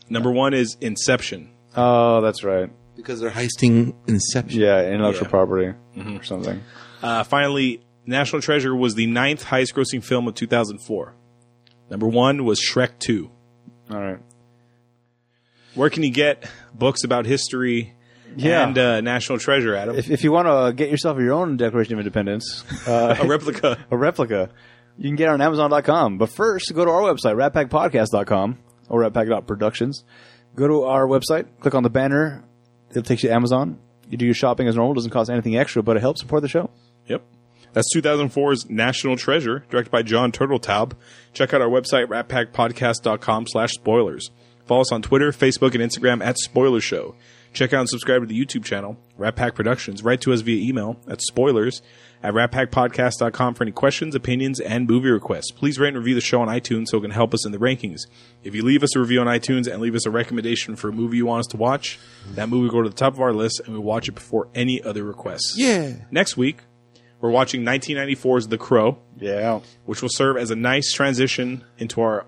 Number one is Inception.
Oh, that's right.
Because they're heisting Inception.
Yeah, intellectual
Yeah. Mm-hmm.
property or something.
Uh, finally, National Treasure was the ninth highest grossing film of 2004. Number one was Shrek 2.
All right.
Where can you get books about history
Yeah.
and uh, National Treasure, Adam?
If, if you want to get yourself your own Declaration of Independence, uh,
a replica.
a replica, you can get it on Amazon.com. But first, go to our website, ratpackpodcast.com or ratpack.productions. Go to our website, click on the banner. It takes you to Amazon. You do your shopping as normal. doesn't cost anything extra, but it helps support the show.
Yep. That's 2004's National Treasure, directed by John Turteltaub. Check out our website, ratpackpodcast.com slash spoilers. Follow us on Twitter, Facebook, and Instagram at Spoiler Show. Check out and subscribe to the YouTube channel, Rat Pack Productions. Write to us via email at spoilers at ratpackpodcast.com for any questions, opinions, and movie requests. Please rate and review the show on iTunes so it can help us in the rankings. If you leave us a review on iTunes and leave us a recommendation for a movie you want us to watch, that movie will go to the top of our list and we watch it before any other requests.
Yeah.
Next week, we're watching 1994's The Crow,
Yeah.
which will serve as a nice transition into our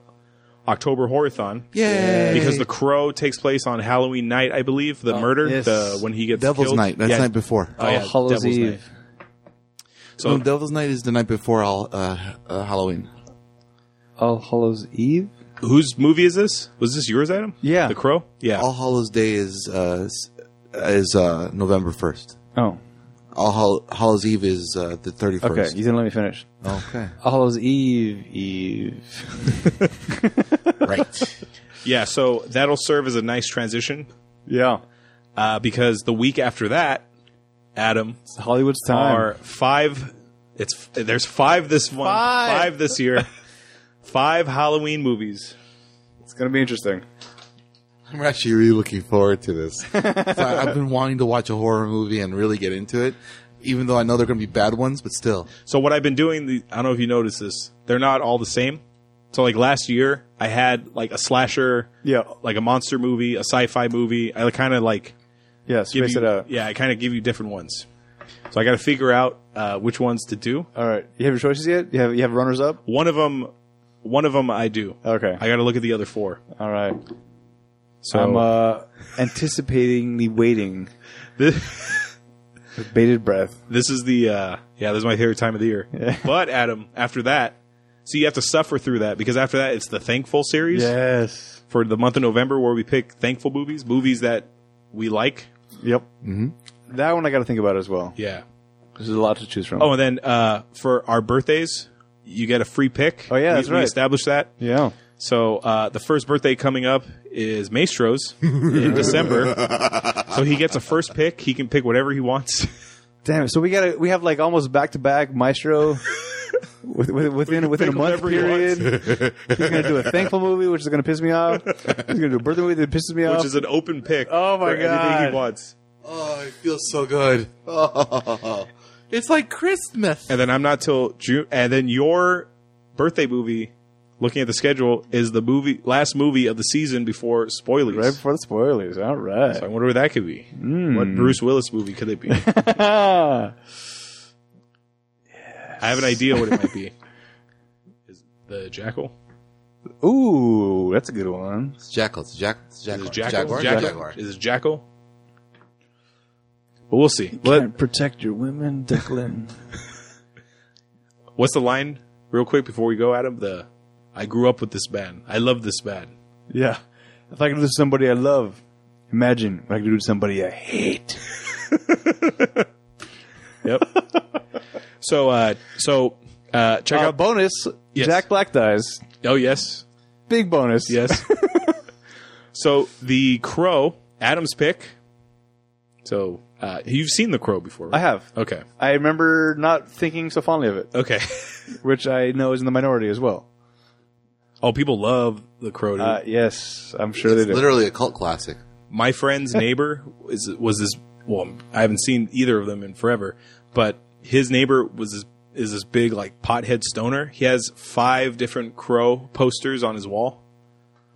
October Horrorthon.
Yay.
Because The Crow takes place on Halloween night, I believe. The murder,
yes.
the when he gets
Uh, Devil's
killed.
Night. That's
Yeah.
the night before.
Oh, yeah,
All Hallows
Devil's Night.
Eve.
So
No, Devil's Night is the night before all, uh, uh, Halloween.
All Hallows Eve?
whose movie is this? Was this yours, Adam?
Yeah.
The Crow? Yeah.
All Hallows Day is uh, s- is uh, November first.
Oh,
All Hall- Hallows Eve is uh, the thirty
okay.
first.
You didn't let me finish.
Okay.
All Hallows Eve, Eve.
right.
Yeah, so that'll serve as a nice transition
Yeah.
uh, because the week after that, Adam,
It's Hollywood's time.
are five. It's there's five this one,
Five.
five this year, five Halloween movies.
It's going to be interesting.
I'm actually really looking forward to this. So I- I've been wanting to watch a horror movie and really get into it, even though I know they're going to be bad ones, but still.
So what I've been doing, the, I don't know if you noticed this, they're not all the same. So like last year, I had like a slasher,
Yeah.
like a monster movie, a sci-fi movie. I kind of like
Yeah, space
you-
it out.
yeah, I kind of give you different ones. So I got to figure out uh, which ones to do.
All right. You have your choices yet? You have you have runners up?
One of them, one of them I do.
Okay.
I got to look at the other four.
All right.
So
I'm uh, anticipatingly waiting
this,
with bated breath.
this is the uh, yeah, this is my favorite time of the year. But Adam, after that, so you have to suffer through that because after that it's the thankful series
Yes.
for the month of November where we pick thankful movies, movies that we like.
Yep. Mm-hmm. That one I got to think about as well.
Yeah.
There's a lot to choose from.
Oh, and then uh, for our birthdays, you get a free pick.
Oh, yeah,
We-
that's
We
right.
established that.
yeah.
So uh, the first birthday coming up is Maestro's in December. so he gets a first pick. He can pick whatever he wants.
Damn it! So we got we have like almost back to back Maestro with, with, within within a
pick
month
whatever he
period.
Oh,
He's gonna do a thankful movie, which is gonna piss me off. He's gonna do a birthday movie that pisses me off.
which is an open pick.
Oh, my
for Anything
God.
he wants.
Oh, it feels so good. Oh, it's like Christmas.
And then I'm not till June. And then your birthday movie, looking at the schedule, is the movie last movie of the season before spoilers.
right before the spoilers. All right.
So I wonder what that could be.
Hmm.
What Bruce Willis movie could it be? I
Ah.
have an idea what it might be. Is the Jackal?
Ooh, that's a good one.
It's Jackal. It's Jack. It's
Is
Jackal.
it
It's
Jackal?
Jaguar.
Jackal?
Jaguar.
Is it Jackal? But we'll see. Let-
protect your women, Declan.
What's the line, real quick, before we go, Adam? The I grew up with this band. I love this band.
yeah. If I could do to somebody I love, imagine if I could do to somebody I hate.
Yep. so, uh, so uh, check
Uh,
out.
bonus:
Yes.
Jack Black dies.
oh yes,
Big bonus.
yes. so the crow, Adam's pick. So uh, you've seen the crow before,
I
right?
have.
Okay.
I remember not thinking so fondly of it,
Okay.
which I know is in the minority as well.
oh, people love the crow. dude.
Uh, yes, I'm sure
It's
they do.
literally a cult classic.
my friend's neighbor is was this well I haven't seen either of them in forever, but his neighbor was this, is this big like pothead stoner. He has five different crow posters on his wall.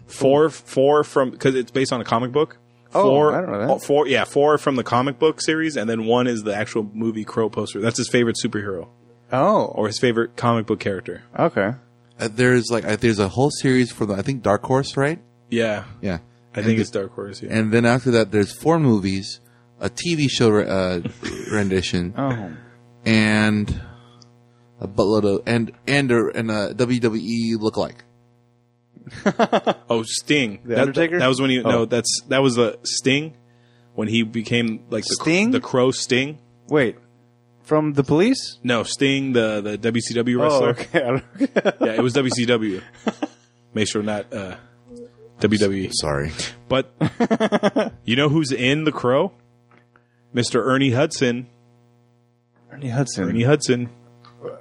Four four from because it's based on a comic book.
Oh,
Four,
I don't know that.
oh, four, yeah, four from the comic book series, and then one is the actual movie Crow poster. That's his favorite superhero
oh,
or his favorite comic book character.
okay.
Uh, there's like uh, there's a whole series for the I think Dark Horse, right?
Yeah,
Yeah.
I think it's Dark Horse. Yeah.
And then after that, there's four movies, a TV show re- uh, rendition,
Oh,
and a buttload of and and a, and a WWE lookalike.
Oh, Sting. That-
Undertaker?
That, was when he
Oh.
no. That's that was the Sting when he became like the,
Sting?
the Crow Sting.
wait, from the police?
No, Sting, the the WCW wrestler.
Oh, okay.
Yeah, it was WCW. Make sure not uh, WWE.
Sorry.
But you know who's in the Crow? Mister Ernie Hudson.
Ernie Hudson.
Ernie Hudson.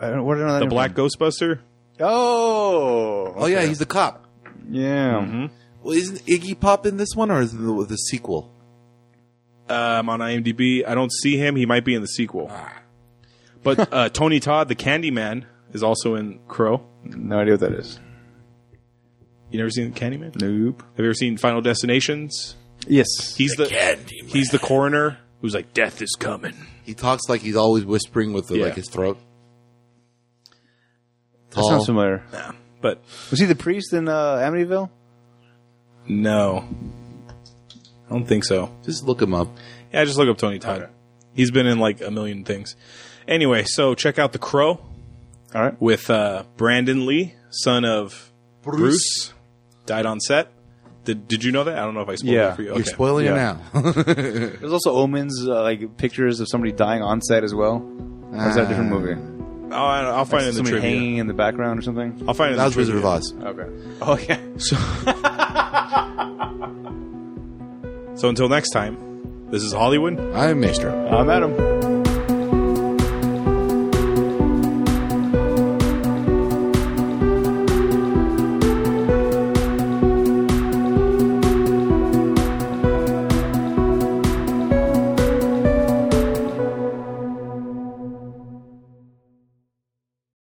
I don't, what another
The Black Ghostbuster.
Oh,
Oh yeah, he's the cop.
yeah.
Mm-hmm.
Well, isn't Iggy Pop in this one or is it the, the sequel?
Um, on IMDb, I don't see him. He might be in the sequel.
Ah.
But uh, Tony Todd, the Candyman, is also in Crow.
No idea what that is.
You never seen the Candyman?
Nope.
Have you ever seen Final Destinations?
Yes.
He's the, he's the coroner who's like, "Death is coming."
He talks like he's always whispering with the,
Yeah.
like his throat.
that sounds familiar.
But
Was he the priest in uh, Amityville?
no, I don't think so.
Just look him up.
Yeah, just look up Tony Todd. He's been in like a million things. Anyway, so check out The Crow
All right.
with uh, Brandon Lee, son of Bruce. died on set. Did, did you know that? I don't know if I spoiled
Yeah.
it for you.
You're spoiling
Yeah.
it now.
There's also omens, uh, like pictures of somebody dying on set as well. Or is that a different movie?
I'll, I'll find it in the
somebody
trivia.
hanging in the background or something.
I'll find it.
that
in
was
the
Wizard
trivia.
of Oz.
Okay. Oh yeah.
So until next time, this is Hollywood.
I'm Maestro.
Uh, I'm Adam.